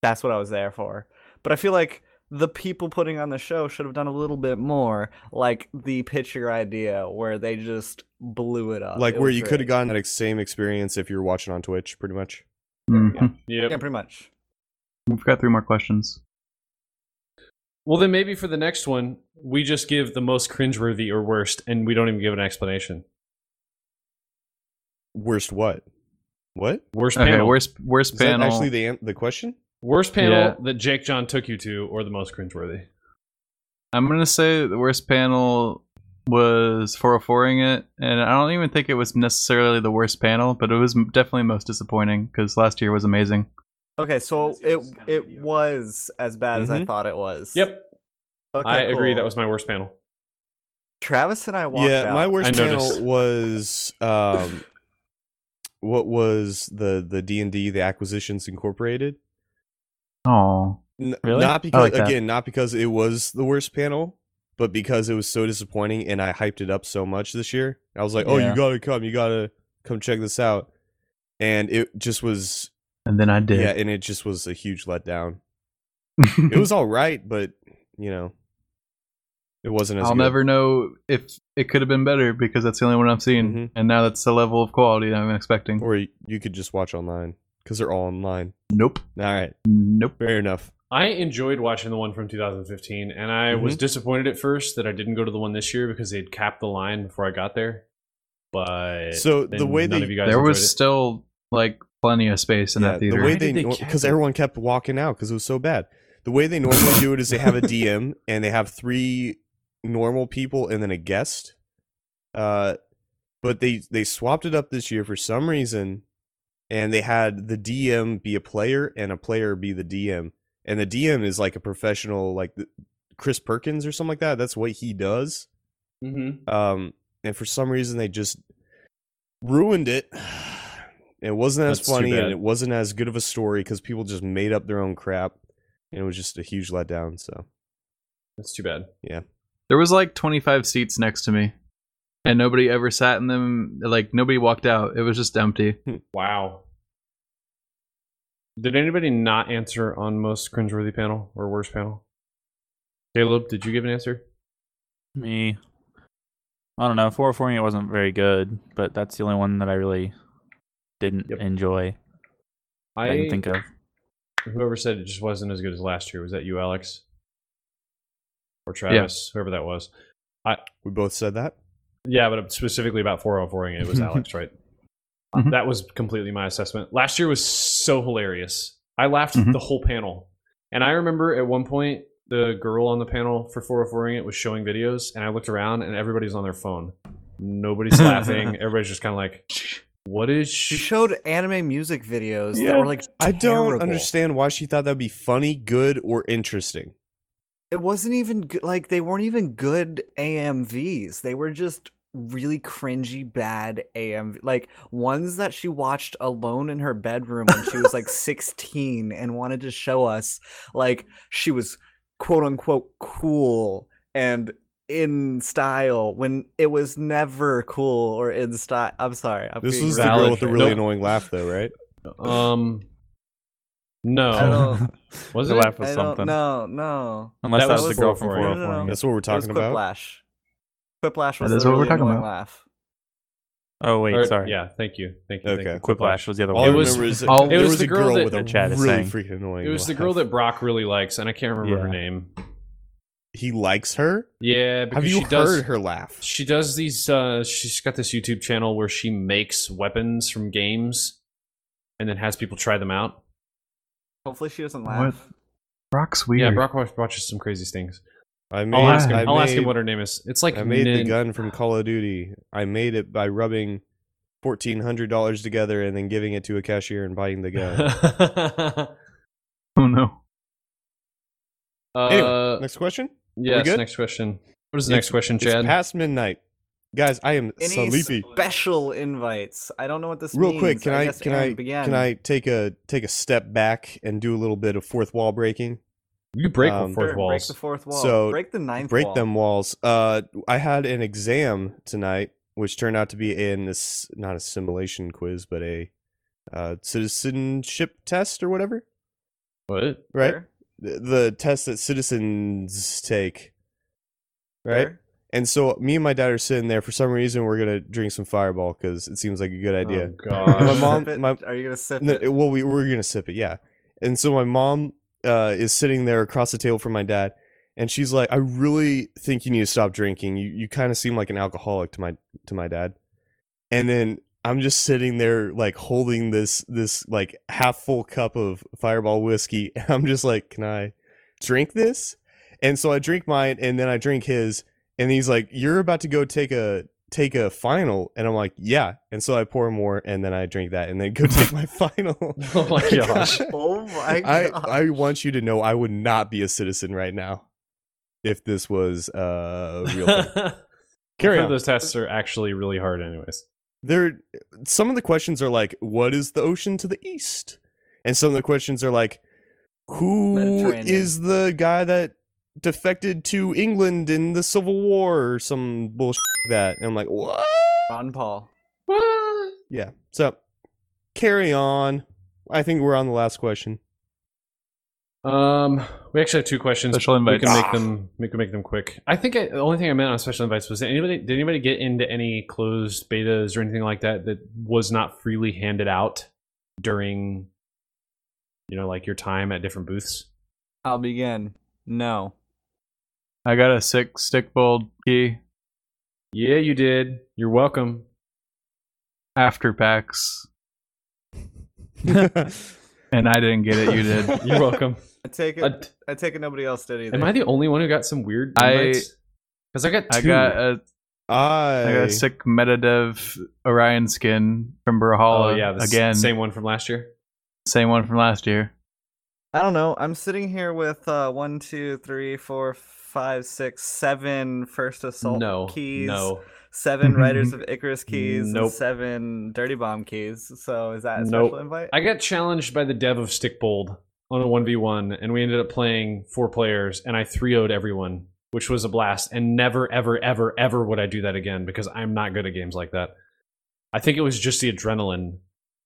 A: That's what I was there for. But I feel like the people putting on the show should have done a little bit more, like the picture idea where they just blew it up.
B: like
A: uh, It
B: where
A: was
B: you could have
A: great.
B: gotten that ex- same experience if you're watching on Twitch, pretty much.
E: Mhm.
D: Yep.
A: Yeah, pretty much.
E: We've got three more questions.
D: Well, then maybe for the next one, we just give the most cringeworthy or worst, and we don't even give an explanation.
B: Worst what? What?
D: Worst
E: Okay,
D: panel.
E: worst worst
B: Is
E: panel.
B: that actually the an- the question?
D: Worst panel
E: Yeah.
D: that Jake John took you to, or the most cringeworthy.
E: I'm gonna say that the worst panel was 404ing it, and I don't even think it was necessarily the worst panel, but it was m- definitely most disappointing because last year was amazing.
A: Okay, so
E: This
A: it
E: year's gonna be
A: it
E: you.
A: was as bad as I
B: Mhm.
A: thought it was.
D: Yep,
A: Okay,
D: I agree.
A: cool.
D: That was my worst panel.
A: Travis and I walked
B: yeah,
A: out.
B: my worst
D: I
B: panel
D: noticed.
B: was um, what was the the D and D the Acquisitions Incorporated.
E: Oh,
B: N-
C: Really?
B: Not because
E: like that.
B: again, not because it was the worst panel, but because it was so disappointing and I hyped it up so much this year. I was like, "Oh,
E: Yeah.
B: you got to come. You got to come check this out." And it just was
E: and then I did.
B: yeah, and it just was a huge letdown. It was all right, but you know, it wasn't as
E: I'll
B: good.
E: never know if it could have been better because that's the only one I've seen,
B: Mhm.
E: and now that's the level of quality that I'm expecting.
B: or y- you could just watch online cuz they're all online.
E: nope,
B: All right,
E: nope.
B: fair enough.
D: I enjoyed watching the one from 2015, and I
B: Mm-hmm.
D: was disappointed at first that I didn't go to the one this year because they'd capped the line before I got there. But
B: So, the
D: then
B: way
D: none
B: they-
D: of you guys
E: There
D: enjoyed
E: was
D: it.
E: still like plenty of space in that theater.
B: The way
C: Why did
B: they
C: they cap
B: because
C: it?
B: everyone kept walking out because it was so bad. The way they normally do it is they have a DM and they have three normal people and then a guest. Uh, but they they swapped it up this year for some reason, and they had the DM be a player and a player be the DM, and the DM is like a professional like the, Chris Perkins or something like that. That's what he does
D: Mhm.
B: um, and for some reason they just ruined it. It wasn't as
D: That's too
B: funny and
D: bad.
B: it wasn't as good of a story because people just made up their own crap, and it was just a huge letdown. So
D: That's too bad.
E: There was like 25 seats next to me, and nobody ever sat in them. Like nobody walked out. It was just empty.
D: Wow. Did anybody not answer on most cringeworthy panel or worst panel? Caleb, did you give an answer?
C: Me. I don't know. Four for me, it wasn't very good, but that's the only one that I really didn't
D: Yep.
C: enjoy. I, didn't think of.
D: whoever said it just wasn't as good as last year. Was that you, Alex? Or Travis, whoever that was.
B: we both said that.
D: Yeah, but specifically about 404ing, it was Alex, right?
E: Mhm.
D: That was completely my assessment. Last year was so hilarious. I laughed
E: Mhm.
D: the whole panel. And I remember at one point, the girl on the panel for 404ing it was showing videos, and I looked around and everybody's on their phone. Nobody's laughing. Everybody's just kind of like, what is
A: She
D: sh-?
A: showed anime music videos
C: Yeah.
A: that were like
B: I don't
A: terrible.
B: understand why she thought that'd be funny, good, or interesting.
A: It wasn't even good, like they weren't even good AMVs. They were just really cringy bad AMV like ones that she watched alone in her bedroom when she was like 16 and wanted to show us like she was quote unquote cool and in style when it was never cool or in style. I'm sorry. I'm
B: This
A: being
B: was the
A: rude.
B: girl
D: valid
B: with the
D: right
B: really
D: now.
B: annoying laugh, though, right?
D: Um,
A: I don't-
D: no. Was
C: The
D: it?
C: laugh was
A: I
C: something.
A: don't know. No.
C: Unless
D: That
C: that was,
D: was
C: the girl from
D: 404.
C: 404.
D: No,
A: no, no.
B: That's what we're
A: It was
B: talking about.
A: Quiplash. Quiplash
E: That
A: was
E: is
A: the
E: what we're
A: really
E: talking
A: annoying
E: about.
A: laugh.
C: Oh, wait.
D: Or-
C: sorry.
D: Yeah, thank you. Thank you.
B: Okay.
D: Thank you.
C: Quiplash was the other
B: All
C: one.
B: I
D: It was-
B: remember is that
E: all-
B: there
D: it was
B: was
D: the
B: a
D: girl
B: girl
D: that-
B: with a
C: that Chad is
B: really
C: saying.
B: freaking annoying.
D: It was the
B: laugh.
D: girl that Brock really likes, and I can't remember her
C: Yeah.
D: name.
B: he likes her.
D: Yeah, because
B: Have you
D: she
B: heard
D: does.
B: her laugh?
D: She does these. Uh, she's got this YouTube channel where she makes weapons from games, and then has people try them out.
A: Hopefully she doesn't
E: What?
A: laugh.
E: Brock's weird.
D: Yeah, Brock wa- watches some crazy things.
B: I made,
D: I'll ask him.
B: I
D: I'll ask him
B: made-
D: what her name is. It's like
B: I made the
D: nin-
B: gun from Call of Duty. I made it by rubbing fourteen hundred dollars together and then giving it to a cashier and buying the gun.
E: Oh no.
D: uh,
B: Anyway, next question.
D: yes.
B: good?
D: Next question. What is the next question, Chad?
B: It's past midnight, guys. I am
A: Any
B: sleepy.
A: special invites? I don't know what this
B: Real
A: means.
B: quick, can I
A: guess
B: can
A: Aaron
B: I
A: began.
B: can I take a take a step back and do a little bit of fourth wall breaking?
D: you break
B: um,
D: fourth
A: Sure, Break
D: walls.
A: the fourth wall.
B: So,
A: break the ninth.
B: break
A: wall.
B: them walls. Uh, I had an exam tonight, which turned out to be in this not a simulation quiz, but a uh, citizenship test or whatever.
D: what?
B: Right.
A: Sure,
B: the- the test that citizens take, right?
A: sure.
B: And so me and my dad are sitting there. For some reason, we're gonna drink some Fireball because it seems like a good idea.
D: Oh, gosh.
B: My mom-
A: Sip it?
B: my-
A: Are you gonna sip
B: No,
A: it?
B: it- well, we we're gonna sip it, yeah. And so my mom uh, is sitting there across the table from my dad, and she's like, "I really think you need to stop drinking. You you kind of seem like an alcoholic to my to my dad." And then I'm just sitting there like holding this this like half full cup of Fireball whiskey. And I'm just like, "Can I drink this?" And so I drink mine, and then I drink his, and he's like, "You're about to go take a." take a final and i'm like yeah and so i pour more and then i drink that and then go take my final
D: Oh my gosh.
A: Oh my
B: I,
A: god.
B: I want you to know I would not be a citizen right now if this was uh a real. Thing. Carry
D: Carry
B: on.
D: Those tests are actually really hard, anyways.
B: There, some of the questions are like, "What is the ocean to the east?" And some of the questions are like, "Who
A: Mediterranean.
B: is the guy that defected to England in the Civil War?" or some bullshit like that. And I'm like, "What?"
A: Ron Paul.
B: Yeah. So, carry on. I think we're on the last question.
D: Um, we actually have two questions.
E: Special invites.
D: We can make them. We can make them quick. I think I, the only thing I meant on special invites was did anybody did anybody get into any closed betas or anything like that that was not freely handed out during, you know, like your time at different booths?
A: I'll begin. No.
E: I got a six stick bold key
D: Yeah, you did. You're welcome.
E: after packs, and I didn't get it. You did.
D: You're welcome.
A: I take it.
D: Uh,
A: I take it. Nobody else did either.
D: am I the only one who got some weird
E: I-
D: invites? Because I, got two.
E: I got uh, a
B: I,
E: I got a sick Metadev Orion skin from Brawlhalla
D: oh yeah, the s-
E: again.
D: same one from last year.
E: same one from last year.
A: I don't know. I'm sitting here with uh, one, two, three, four, five, six, seven first assault
D: no,
A: keys,
D: no,
A: seven Riders of Icarus keys,
D: Nope.
A: and seven Dirty Bomb keys. So is that a
D: Nope.
A: special invite?
D: I got challenged by the dev of Stickbold on a 1v1, and we ended up playing four players, and I 3 0'd everyone, which was a blast. And never, ever, ever, ever would I do that again because I'm not good at games like that. I think it was just the adrenaline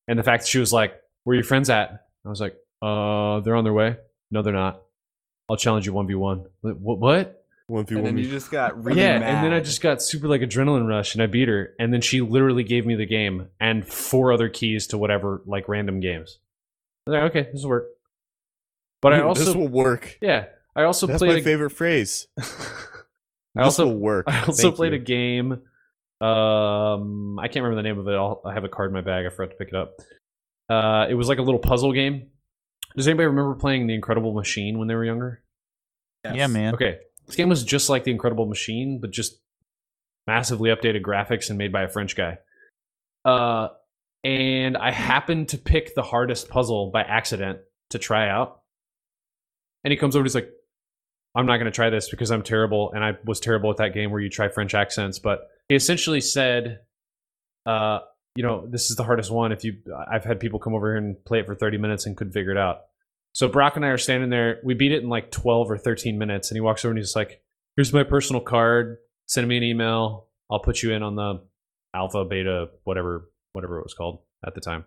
D: and the fact that she was like, Where are your friends at? I was like, Uh, they're on their way. No, they're not. I'll challenge you 1v1. Like, What? what?
B: One v
A: and
B: one
A: then you just got really
D: yeah,
A: mad.
D: and then I just got super like adrenaline rush, and I beat her, and then she literally gave me the game and four other keys to whatever like random games. I was like, okay, this will work. But I also
B: this will work.
D: yeah, I also
B: That's my
D: played. a-
B: favorite phrase.
D: I also
B: will work.
D: I also
B: Thank
D: played
B: you.
D: a game. Um, I can't remember the name of it. I'll, I have a card in my bag. I forgot to pick it up. Uh, it was like a little puzzle game. Does anybody remember playing The Incredible Machine when they were younger?
E: Yeah, man.
D: Okay. This game was just like The Incredible Machine, but just massively updated graphics and made by a French guy. Uh, and I happened to pick the hardest puzzle by accident to try out. And he comes over and he's like, I'm not going to try this because I'm terrible. And I was terrible at that game where you try French accents. But he essentially said, uh, you know, this is the hardest one. If you, I've had people come over here and play it for 30 minutes and couldn't figure it out. So Brock and I are standing there. We beat it in like 12 or 13 minutes. And he walks over and he's like, here's my personal card. Send me an email. I'll put you in on the alpha, beta, whatever, whatever it was called at the time.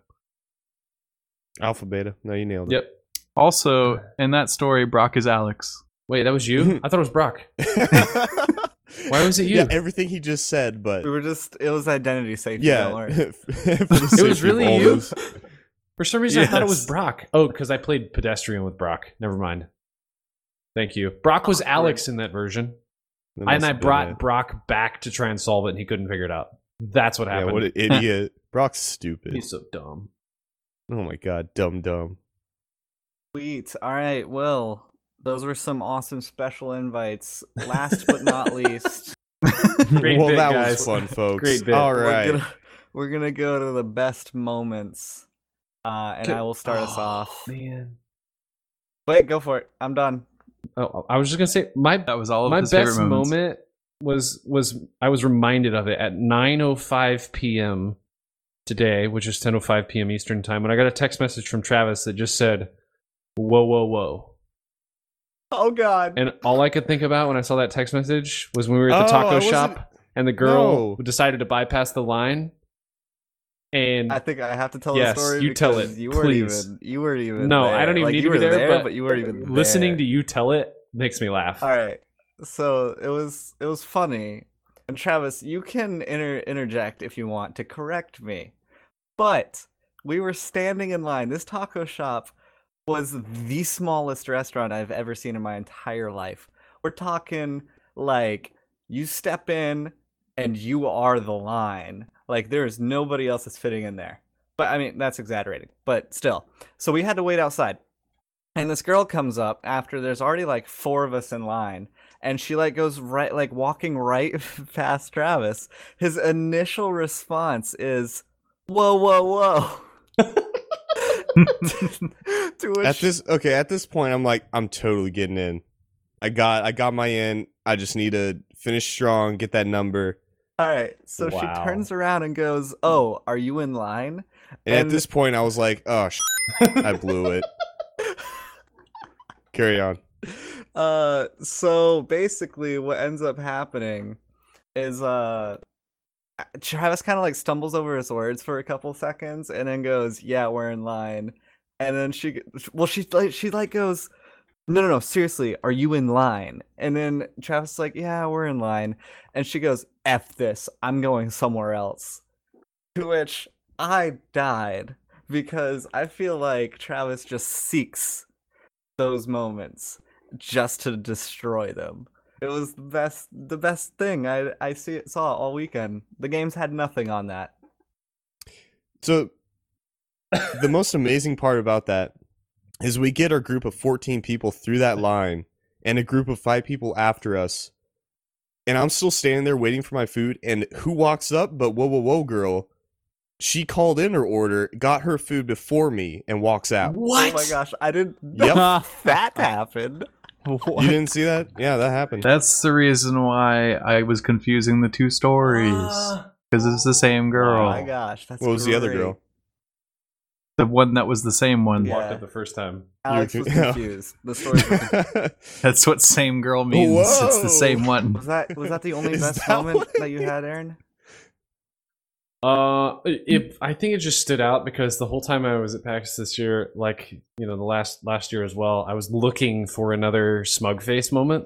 B: Alpha beta. No, you nailed it.
D: Yep.
E: Also, in that story, Brock is Alex.
D: Wait, that was you? I thought it was Brock. Why was it you?
B: Yeah, everything he just said, but
A: We were just. It was identity safety. Don't
B: yeah,
A: worry.
B: For the
D: It was
B: safety of
D: really
B: all
D: you?
B: those-
D: For some reason, I thought it was
B: Yes.
D: Brock. Oh, because I played pedestrian with Brock. Never mind. Thank you. Brock was Alex in that version,
B: That must
D: and I
B: have been
D: brought
B: it.
D: Brock back to try and solve it, and he couldn't figure it out. That's what
B: Yeah,
D: happened.
B: what an idiot. Brock's stupid.
D: He's so dumb.
B: oh my god, dumb dumb.
A: Sweet. All right. Well, those were some awesome special invites. Last but not least,
D: Great
B: well,
D: bit,
B: that
D: guys.
B: was fun, folks.
D: Great bit.
B: All
A: we're
B: right.
A: gonna- we're gonna go to the best moments, uh, and I will start us off.
D: Man.
A: Wait, go for it. I'm done.
D: Oh, I was just gonna say my
E: That was all of
D: my
E: his
D: best
E: favorite moments.
D: moment was was I was reminded of it at 9:05 p.m. today, which is 10:05 p.m. Eastern time, when I got a text message from Travis that just said, "Whoa, whoa, whoa."
A: Oh God.
D: And all I could think about when I saw that text message was when we were at the
B: Oh, I
D: taco
B: wasn't-
D: shop and the girl
B: No.
D: decided to bypass the line. And
A: I think I have to tell
D: Yes,
A: the story.
D: you tell
A: because
D: it,
A: You weren't
D: please.
A: even. You weren't even.
D: no, I
A: there.
D: don't even
A: Like,
D: need
A: you
D: to be
A: were
D: there, but,
A: but you weren't even
D: listening
A: there.
D: to you tell it makes me laugh.
A: All right. So it was it was funny, and Travis, you can inter- interject if you want to correct me, but we were standing in line. This taco shop was the smallest restaurant I've ever seen in my entire life. We're talking like you step in and you are the line. Like there is nobody else that's fitting in there. But I mean, that's exaggerating, but still. So we had to wait outside. And this girl comes up after there's already like four of us in line. And she like goes right, like walking right past Travis. His initial response is, Whoa, whoa, whoa. to which
B: At this okay, at this point I'm like, I'm totally getting in. I got I got my in. I just need to finish strong, get that number.
A: All right. So
C: Wow.
A: she turns around and goes, "Oh, are you in line?" And-
B: And, at this point I was like, oh sh- I blew it. Carry on.
A: Uh so basically what ends up happening is uh Travis kind of like stumbles over his words for a couple seconds and then goes, "Yeah, we're in line." And then she g- well she like she like goes, "No, no, no, seriously, are you in line?" And then Travis is like, "Yeah, we're in line." And she goes, "F this. I'm going somewhere else." To which I died because I feel like Travis just seeks those moments just to destroy them. It was the best the best thing I I see saw all weekend. The games had nothing on that.
B: So the most amazing part about that is we get our group of 14 people through that line and a group of five people after us. And I'm still standing there waiting for my food. And who walks up but Whoa Whoa Whoa Girl? She called in her order, got her food before me, and walks out.
A: Oh my gosh, I didn't know
B: Yep.
A: that happened.
B: You didn't see that? Yeah, that happened.
E: That's the reason why I was confusing the two stories
B: Ah.
E: because it's the same
A: Oh
E: girl,
A: my gosh, that's
B: what was the other
A: great.
B: girl?
E: the one that was the same one.
A: Yeah.
D: Walked up the first time.
A: Alex
B: You're
A: was
B: con- yeah.
A: confused. The story
E: That's what same girl means. It's the same
B: Whoa.
E: one.
A: was that was that the only
B: Is
A: best
B: that
A: moment
B: what
A: that you
B: it
A: had, Aaron?
D: Uh, it, I think it just stood out because the whole time I was at PAX this year, like you know, the last last year as well, I was looking for another smug face moment,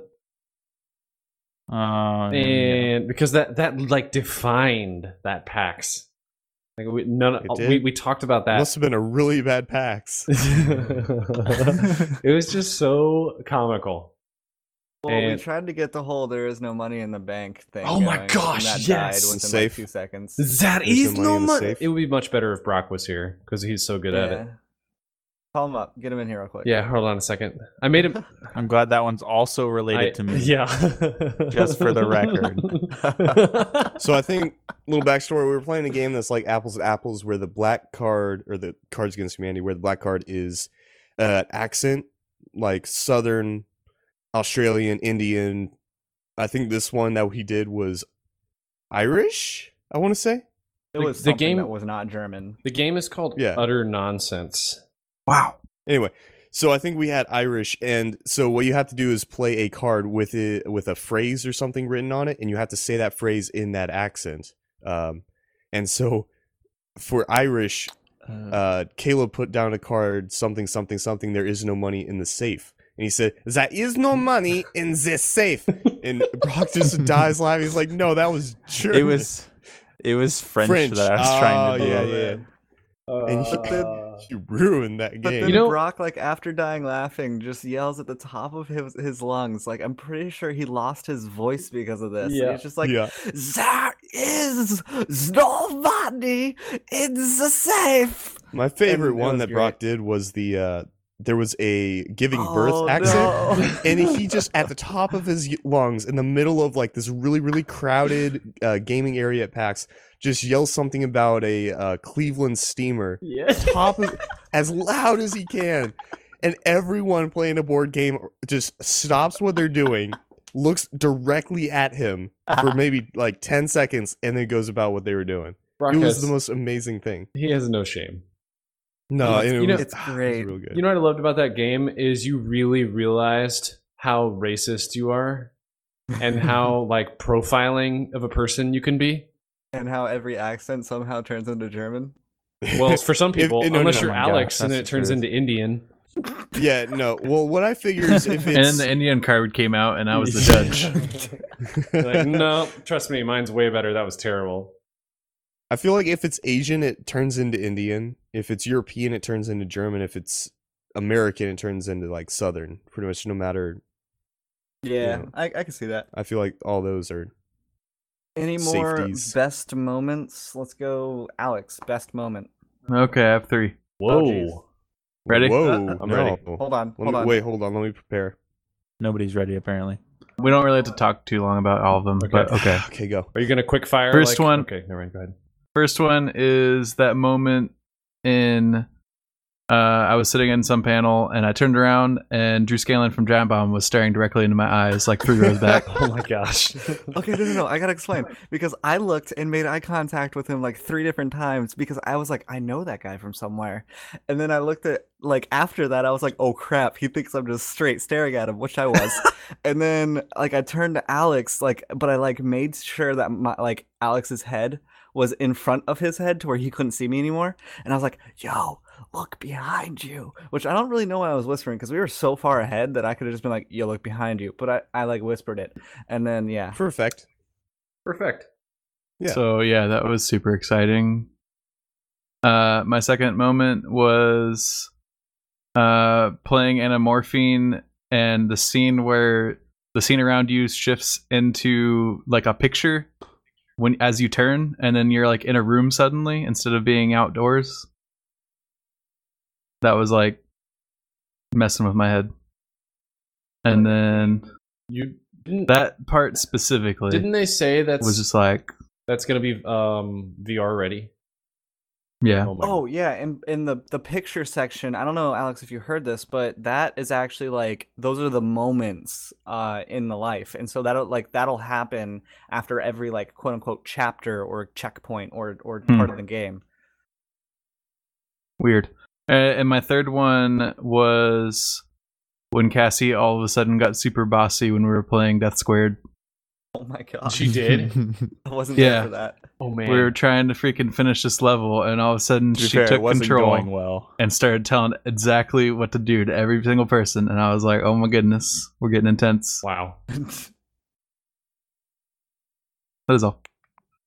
C: Uh, yeah.
D: and because that that like defined that PAX. Like we none
B: It did?
D: we we talked about that.
B: Must have been a really bad PAX.
D: it was just so comical.
A: Well,
D: And-
A: we tried to get the whole "there is no money in the bank" thing.
D: Oh my
A: going, and
D: gosh,
A: that died
D: yes!
A: within like
B: Safe.
A: two seconds.
D: That
B: There's
D: is
B: no money
D: no
B: in the
D: money.
B: safe.
D: It would be much better if Brock was here because he's so good at it.
A: Yeah. Call him up. Get him in here real quick.
D: Yeah, hold on a second. I made him
C: I'm glad that one's also related
D: I-
C: to me.
D: Yeah,
C: Just for the record.
B: so I think little backstory: we were playing a game that's like apples to apples, where the black card or the Cards Against Humanity, where the black card is uh, accent, like Southern, Australian, Indian. I think this one that he did was Irish. I want to say
A: It
D: The-
A: was
D: the
A: something
D: game-
A: that was not German.
D: the game is called
B: Yeah.
D: Utter Nonsense.
E: Wow.
B: anyway. So I think we had Irish, and so what you have to do is play a card with it with a phrase or something written on it, and you have to say that phrase in that accent. Um, and so for Irish, uh, Caleb put down a card, something, something, something. There is no money in the safe. And he said, There is no money in this safe. And Brock just dies laughing. He's like, No, that was German.
C: it was it was French,
B: French.
C: that I was trying to
B: Oh,
C: do.
B: yeah,
A: Oh,
B: yeah.
A: man.
B: And he-
A: But then-
D: Uh,
B: You ruined that
A: But
B: game.
A: then
D: You know-
A: Brock, like after dying laughing, just yells at the top of his, his lungs. Like I'm pretty sure he lost his voice because of this.
D: Yeah.
A: It's just like
B: yeah.
A: there is no money in the safe.
B: My favorite
A: and that
B: one
A: was
B: that Brock did was the uh, there was a giving
A: Oh,
B: birth accent.
A: no.
B: And he just at the top of his lungs, in the middle of like this really, really crowded uh, gaming area at PAX, just yells something about a uh, Cleveland steamer.
D: yeah.
B: top of, as loud as he can, and everyone playing a board game just stops what they're doing, looks directly at him for maybe like ten seconds, and then goes about what they were doing.
D: Brock
B: It was
D: has,
B: the most amazing thing.
D: he has no shame.
B: No,
D: You
B: and it
D: know-
B: was,
A: It's
B: ah, it was
A: great.
B: real good.
D: You know what I loved about that game is you really realized how racist you are and how like profiling of a person you can be.
A: and how every accent somehow turns into German.
D: Well, for some
B: If-
D: people,
B: no, no,
D: unless
B: no.
D: you're
C: Oh my gosh,
D: Alex and
C: that's
D: then it
C: the
D: turns
C: truth.
D: into Indian.
B: yeah, no. Well, what I figure is if
E: and then
B: it's
E: the Indian card came out, and I was the judge.
D: Like, no, trust me, mine's way better. That was terrible.
B: I feel like if it's Asian, it turns into Indian. If it's European, it turns into German. If it's American, it turns into like Southern. Pretty much, no matter
A: Yeah,
B: Yeah.
A: I, I can see that.
B: I feel like all those are
A: Any more
B: Safeties.
A: best moments? Let's go, Alex. Best moment.
E: Okay, I have
A: Oh,
E: three.
D: Whoa.
A: geez.
E: Ready?
B: Whoa,
D: I'm
B: no.
D: ready.
A: Hold on,
B: Let
A: hold
B: me,
A: on.
B: Wait, hold on. Let me prepare.
C: Nobody's ready apparently.
E: We don't really have to talk too long about all of them, but
D: Okay.
E: okay.
B: Okay, go.
D: Are you gonna quick fire?
E: First
D: like-
E: one.
D: Okay, never mind. Go ahead.
E: First one is that moment in uh, I was sitting in some panel and I turned around and Drew Scanlon from Giant Bomb was staring directly into my eyes like three rows back.
D: Oh my gosh.
A: Okay, no, no, no. I gotta explain because I looked and made eye contact with him like three different times because I was like, I know that guy from somewhere, and then I looked at like after that, I was like, oh crap, he thinks I'm just straight staring at him, which I was, and then like I turned to Alex, like, but I like made sure that my like Alex's head was in front of his head to where he couldn't see me anymore, and I was like, yo. Look behind you, which I don't really know why I was whispering because we were so far ahead that I could have just been like, "Yo, look behind you," but I, I like whispered it, and then yeah,
B: Perfect.
D: Perfect.
B: Yeah.
E: So yeah, that was super exciting. Uh, my second moment was uh, playing anamorphine and the scene where the scene around you shifts into like a picture when as you turn and then you're like in a room suddenly instead of being outdoors. That was like messing with my head. And then
D: You didn't
E: that part specifically
D: didn't they say that's
E: was just like,
D: that's gonna be um VR ready?
E: yeah.
D: Oh, my
A: Oh yeah, in in the the picture section, I don't know, Alex, if you heard this, but that is actually like those are the moments uh in the life, and so that'll like that'll happen after every like quote unquote chapter or checkpoint or or part of the game.
E: Weird. Uh, and my third one was when Cassie all of a sudden got super bossy when we were playing Death Squared.
A: Oh my god,
D: She did?
A: I wasn't
E: Yeah.
A: there for that.
D: Oh man.
E: We were trying to freaking finish this level, and all of a sudden
C: To be
E: she
C: fair, it
E: took
C: wasn't
E: control
C: going well.
E: and started telling exactly what to do to every single person. And I was like, "Oh my goodness, we're getting intense."
D: wow.
E: That is all.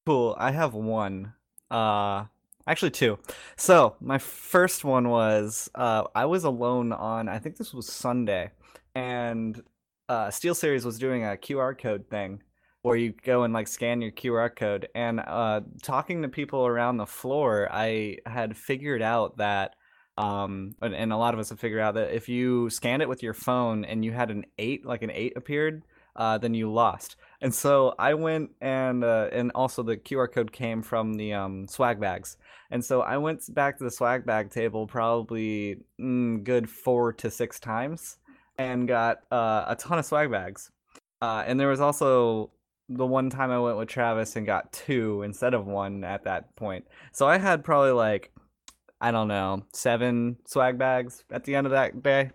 A: Cool. I have one. Uh actually two. So, my first one was uh I was alone on I think this was Sunday and uh Steel Series was doing a QR code thing where you go and like scan your QR code and uh talking to people around the floor, I had figured out that um and, and a lot of us have figured out that if you scanned it with your phone and you had an 8 like an 8 appeared, uh then you lost. And so I went and uh, and also the QR code came from the um, swag bags. And so I went back to the swag bag table probably mm, good four to six times and got uh, a ton of swag bags. Uh, and there was also the one time I went with Travis and got two instead of one at that point. So I had probably like I don't know seven swag bags at the end of that day.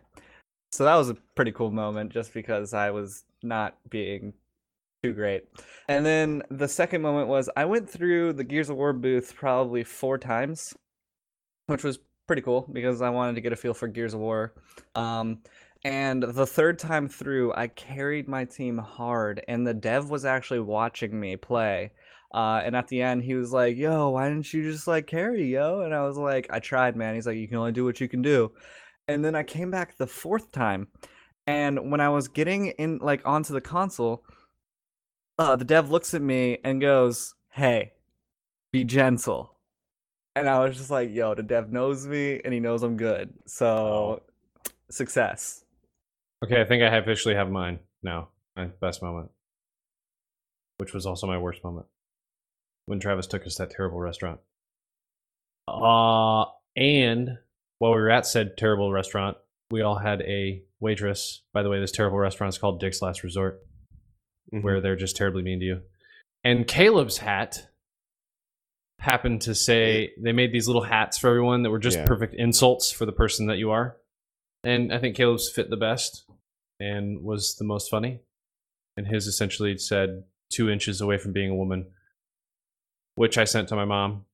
A: So that was a pretty cool moment just because I was not being too great. And then the second moment was I went through the Gears of War booth probably four times, which was pretty cool because I wanted to get a feel for Gears of War. Um, and the third time through, I carried my team hard, and the dev was actually watching me play. Uh, and at the end, he was like, "Yo, why didn't you just like carry, yo?" And I was like, "I tried, man." He's like, "You can only do what you can do." And then I came back the fourth time, and when I was getting in like onto the console, uh, the dev looks at me and goes, "Hey, be gentle." And I was just like, "Yo, the dev knows me and he knows I'm good, so success."
D: Okay, I think I officially have mine now. My best moment, which was also my worst moment, when Travis took us to that terrible restaurant. Uh, and while we were at said terrible restaurant, we all had a waitress. By the way, this terrible restaurant is called Dick's Last Resort,
B: Mhm.
D: where they're just terribly mean to you. And Caleb's hat happened to say they made these little hats for everyone that were just
B: Yeah.
D: perfect insults for the person that you are. And I think Caleb's fit the best and was the most funny. And his essentially said, two inches away from being a woman, which I sent to my mom.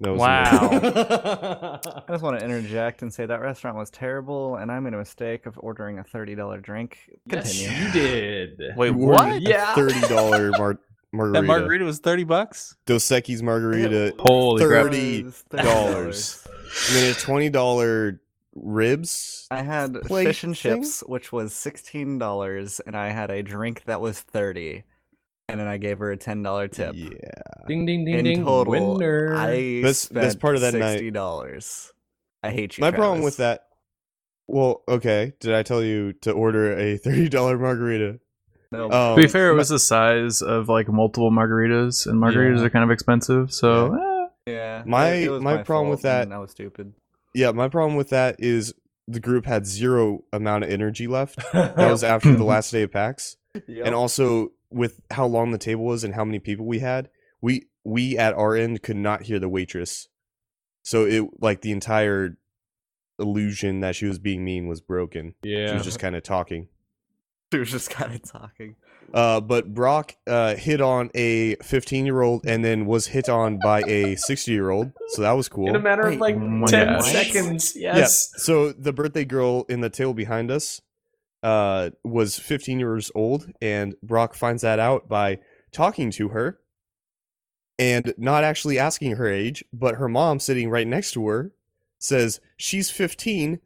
B: That was amazing.
D: Wow.
A: I just want to interject and say that restaurant was terrible, and I made a mistake of ordering a thirty dollar drink.
D: yes,
A: Continue.
D: you did.
C: Wait,
B: You ordered
C: what?
B: a
C: Yeah.
B: Thirty dollar mar- margarita.
C: That margarita was thirty bucks.
B: Dos Equis margarita.
E: Holy
B: crap.
A: It was
B: $30.
A: $30.
B: And then a twenty dollar ribs.
A: I had
B: plate
A: fish and
B: thing?
A: chips, which was sixteen dollars, and I had a drink that was thirty, and then I gave her a ten dollar tip.
B: Yeah.
D: Ding ding ding
A: In
D: ding.
A: total,
D: Winner.
A: I
B: That's-
A: spent
B: that's part of that night.
A: sixty dollars. I hate you.
B: My problem with
A: Travis.
B: that. Well, okay. Did I tell you to order a thirty dollar margarita?
A: No,
C: Oh,
B: Um,
E: to be fair, it was the size of like multiple margaritas, and margaritas
D: Yeah.
E: are kind of expensive. So eh,
A: yeah,
B: my-
A: it was
B: my problem with
A: fault, and
B: that-
A: I was stupid.
B: Yeah, my problem with that is the group had zero amount of energy left. That was after the last day of PAX, and also with how long the table was and how many people we had, we we at our end could not hear the waitress, so it like the entire illusion that she was being mean was broken. She
D: yeah.
B: was just kind of talking.
A: She was just kind of talking.
B: Uh, but Brock uh, hit on a 15 year old and then was hit on by a 60 year old. So that was cool.
D: In a matter
A: Wait,
D: of like
E: my
D: ten
E: gosh.
D: seconds.
B: Yeah,
D: Yes.
B: So the birthday girl in the table behind us uh, was 15 years old, and Brock finds that out by talking to her and not actually asking her age, but her mom sitting right next to her says, She's 15,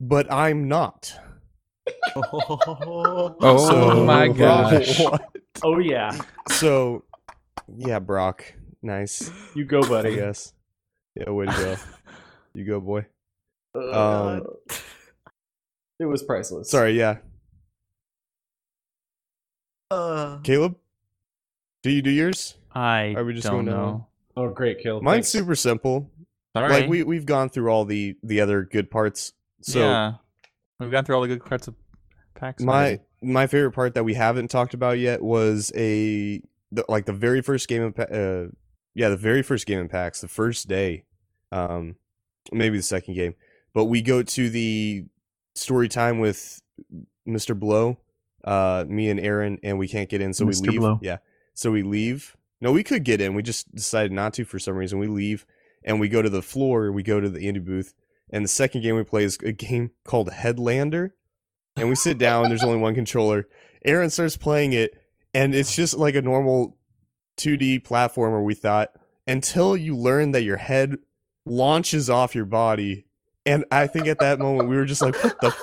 B: but I'm not.
E: Oh my
B: gosh.
D: Oh yeah.
B: So, yeah, Brock. Nice.
D: You go,
B: I
D: buddy.
B: guess. Yeah, way to go. You go, boy.
D: Uh,
B: Um,
D: it was priceless.
B: Sorry, yeah.
A: Uh,
B: Caleb, do you do yours?
C: I
B: Are we just
C: don't
B: going down?
C: know.
D: Oh great, Caleb.
B: Mine's
D: Thanks.
B: super simple.
C: Sorry.
B: Like we we've gone through all the the other good parts. So
C: yeah. We've gone through all the good parts of PAX.
B: my
C: already.
B: my favorite part that we haven't talked about yet was a the, like the very first game of Pa- uh yeah the very first game in PAX the first day um maybe the second game but we go to the story time with Mr. Blow uh me and Aaron and we can't get in so
E: Mr.
B: we leave
E: Blow.
B: yeah so we leave no we could get in we just decided not to for some reason we leave and we go to the floor we go to the indie booth and the second game we play is a game called Headlander and we sit down and there's only one controller aaron starts playing it and it's just like a normal 2d platformer we thought until you learn that your head launches off your body and i think at that moment we were just like what the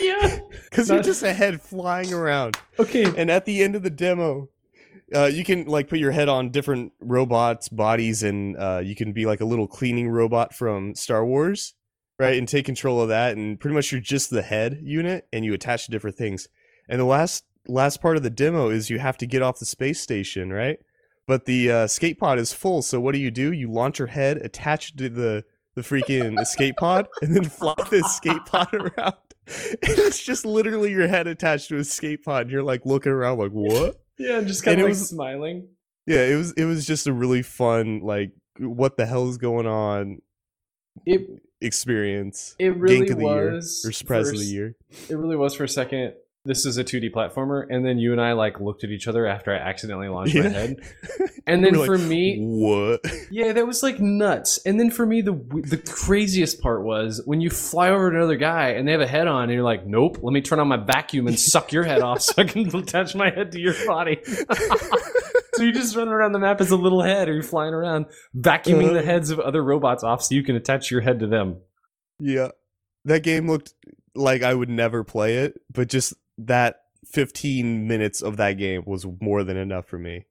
D: Yeah.
B: because you're just a head flying around
D: Okay.
B: and at the end of the demo uh, you can like put your head on different robots bodies and uh, you can be like a little cleaning robot from star wars right and take control of that and pretty much you're just the head unit and you attach to different things and the last last part of the demo is you have to get off the space station right but the uh, skate pod is full so what do you do you launch your head attach it to the the freaking escape pod and then flop the escape pod around. And it's just literally your head attached to a skate pod. And you're like looking around like, what?
D: Yeah, just
B: And
D: kind
B: it
D: of like
B: was-
D: smiling.
B: Yeah, it was it was just a really fun, like, what the hell is going on
D: It
B: experience.
D: it really
B: Gank of the year,
D: was
B: Or surprise
D: for
B: of the
D: s-
B: year.
D: It really was for a second. This is a 2D platformer, and then you and I like looked at each other after I accidentally launched
B: Yeah.
D: my head. And then
B: We're like,
D: for me,
B: What?
D: yeah, that was like nuts. And then for me, the w- the craziest part was when you fly over to another guy and they have a head on, and you're like, "Nope, let me turn on my vacuum and suck your head off so I can attach my head to your body." so you just run around the map as a little head, or you're flying around vacuuming
B: Uh-huh.
D: the heads of other robots off so you can attach your head to them.
B: Yeah. That game looked like I would never play it, but just that 15 minutes of that game was more than enough for me.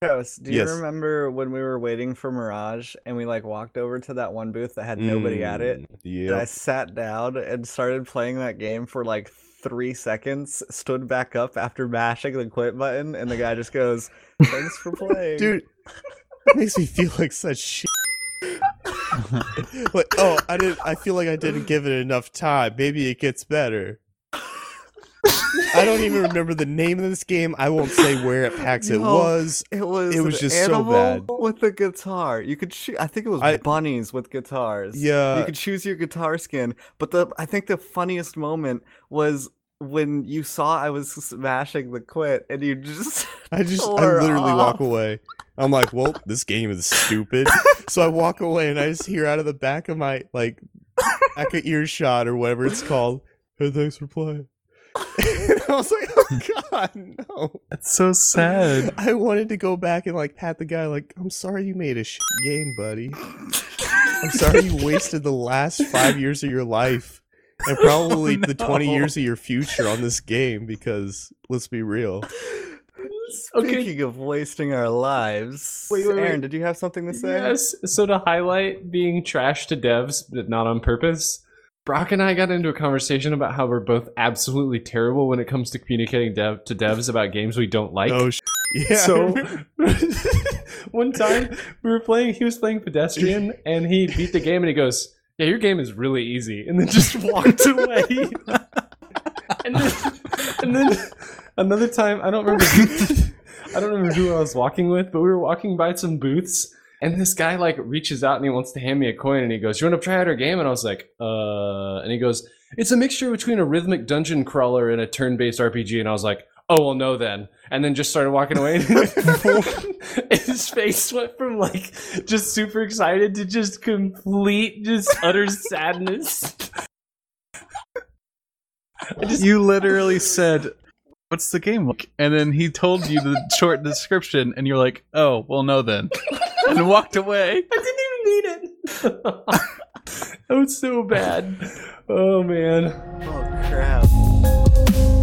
A: Gross. Do you
B: Yes.
A: remember when we were waiting for Mirage and we like walked over to that one booth that had nobody at it?
B: Mm, Yeah.
A: And I sat down and started playing that game for like three seconds, stood back up after mashing the quit button, and the guy just goes, Thanks for playing.
B: dude it makes me feel like such shit like oh i didn't i feel like i didn't give it enough time maybe it gets better i don't even remember the name of this game i won't say where at pax it
A: No.
B: was
A: It was
B: It was
A: an
B: just so
A: animal
B: bad.
A: with a guitar. You could shoot. I think it was
B: I-
A: bunnies with guitars. you
B: yeah
A: could choose your guitar skin. But the I think the funniest moment was when you saw I was smashing the quit, and you just
B: i just i
A: tore
B: literally
A: off.
B: walk away i'm like well this game is stupid so i walk away and i just hear out of the back of my like back of earshot or whatever it's called hey thanks for playing and i was like oh god no
E: that's so sad.
B: I wanted to go back and like pat the guy, like, I'm sorry you made a shit game, buddy. I'm sorry you wasted the last five years of your life and
D: Oh,
B: probably the 20
A: no.
B: years of your future on this game because let's be real.
D: Okay.
A: Speaking of wasting our lives,
D: Wait, wait, wait.
A: Aaron, did you have something to say?
D: Yes. So to highlight being trash to devs, but not on purpose, Brock and I got into a conversation about how we're both absolutely terrible when it comes to communicating dev- to devs about games we don't like.
B: oh, sh- yeah.
D: So one time we were playing, he was playing Pedestrian, and he beat the game, and he goes, "Yeah, your game is really easy," and then just walked away. and then, and then another time, I don't remember, I don't remember who I was walking with, but we were walking by some booths. And this guy like reaches out and he wants to hand me a coin and he goes, "You want to try out our game?" And I was like, "Uh," and he goes, "It's a mixture between a rhythmic dungeon crawler and a turn-based RPG." And I was like, oh well no then and then just started walking away his face went from like just super excited to just complete just utter sadness
E: you literally said, "What's the game like?" And then he told you the short description, and you're like, "Oh, well, no then," and walked away.
D: i didn't even need it that was so bad oh man
A: Oh crap.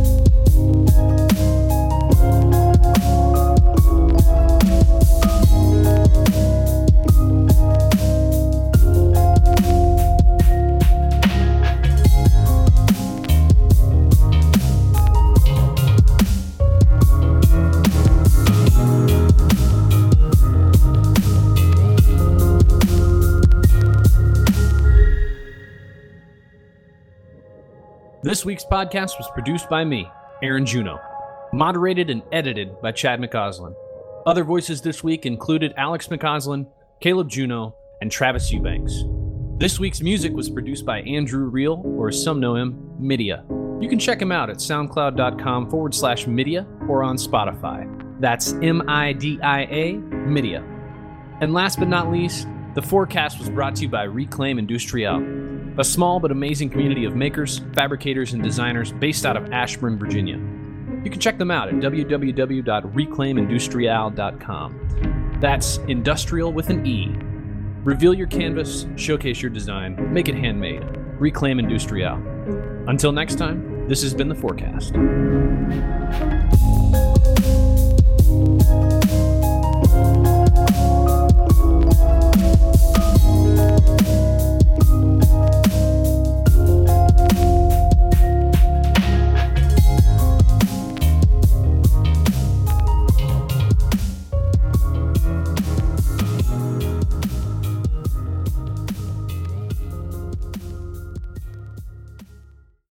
D: this week's podcast was produced by me aaron juno moderated and edited by chad mccausland other voices this week included alex mccausland caleb juno and travis eubanks This week's music was produced by Andrew Reel, or as some know him, Midia. You can check him out at soundcloud.com forward slash Midia or on Spotify. That's M I D I A, Midia. And last but not least, the forecast was brought to you by Reclaim Industrial, a small but amazing community of makers, fabricators, and designers based out of Ashburn, Virginia. You can check them out at www.reclaimindustrial.com. That's industrial with an E. Reveal your canvas, showcase your design, make it handmade. Reclaim Industrial. Until next time, this has been The Forecast.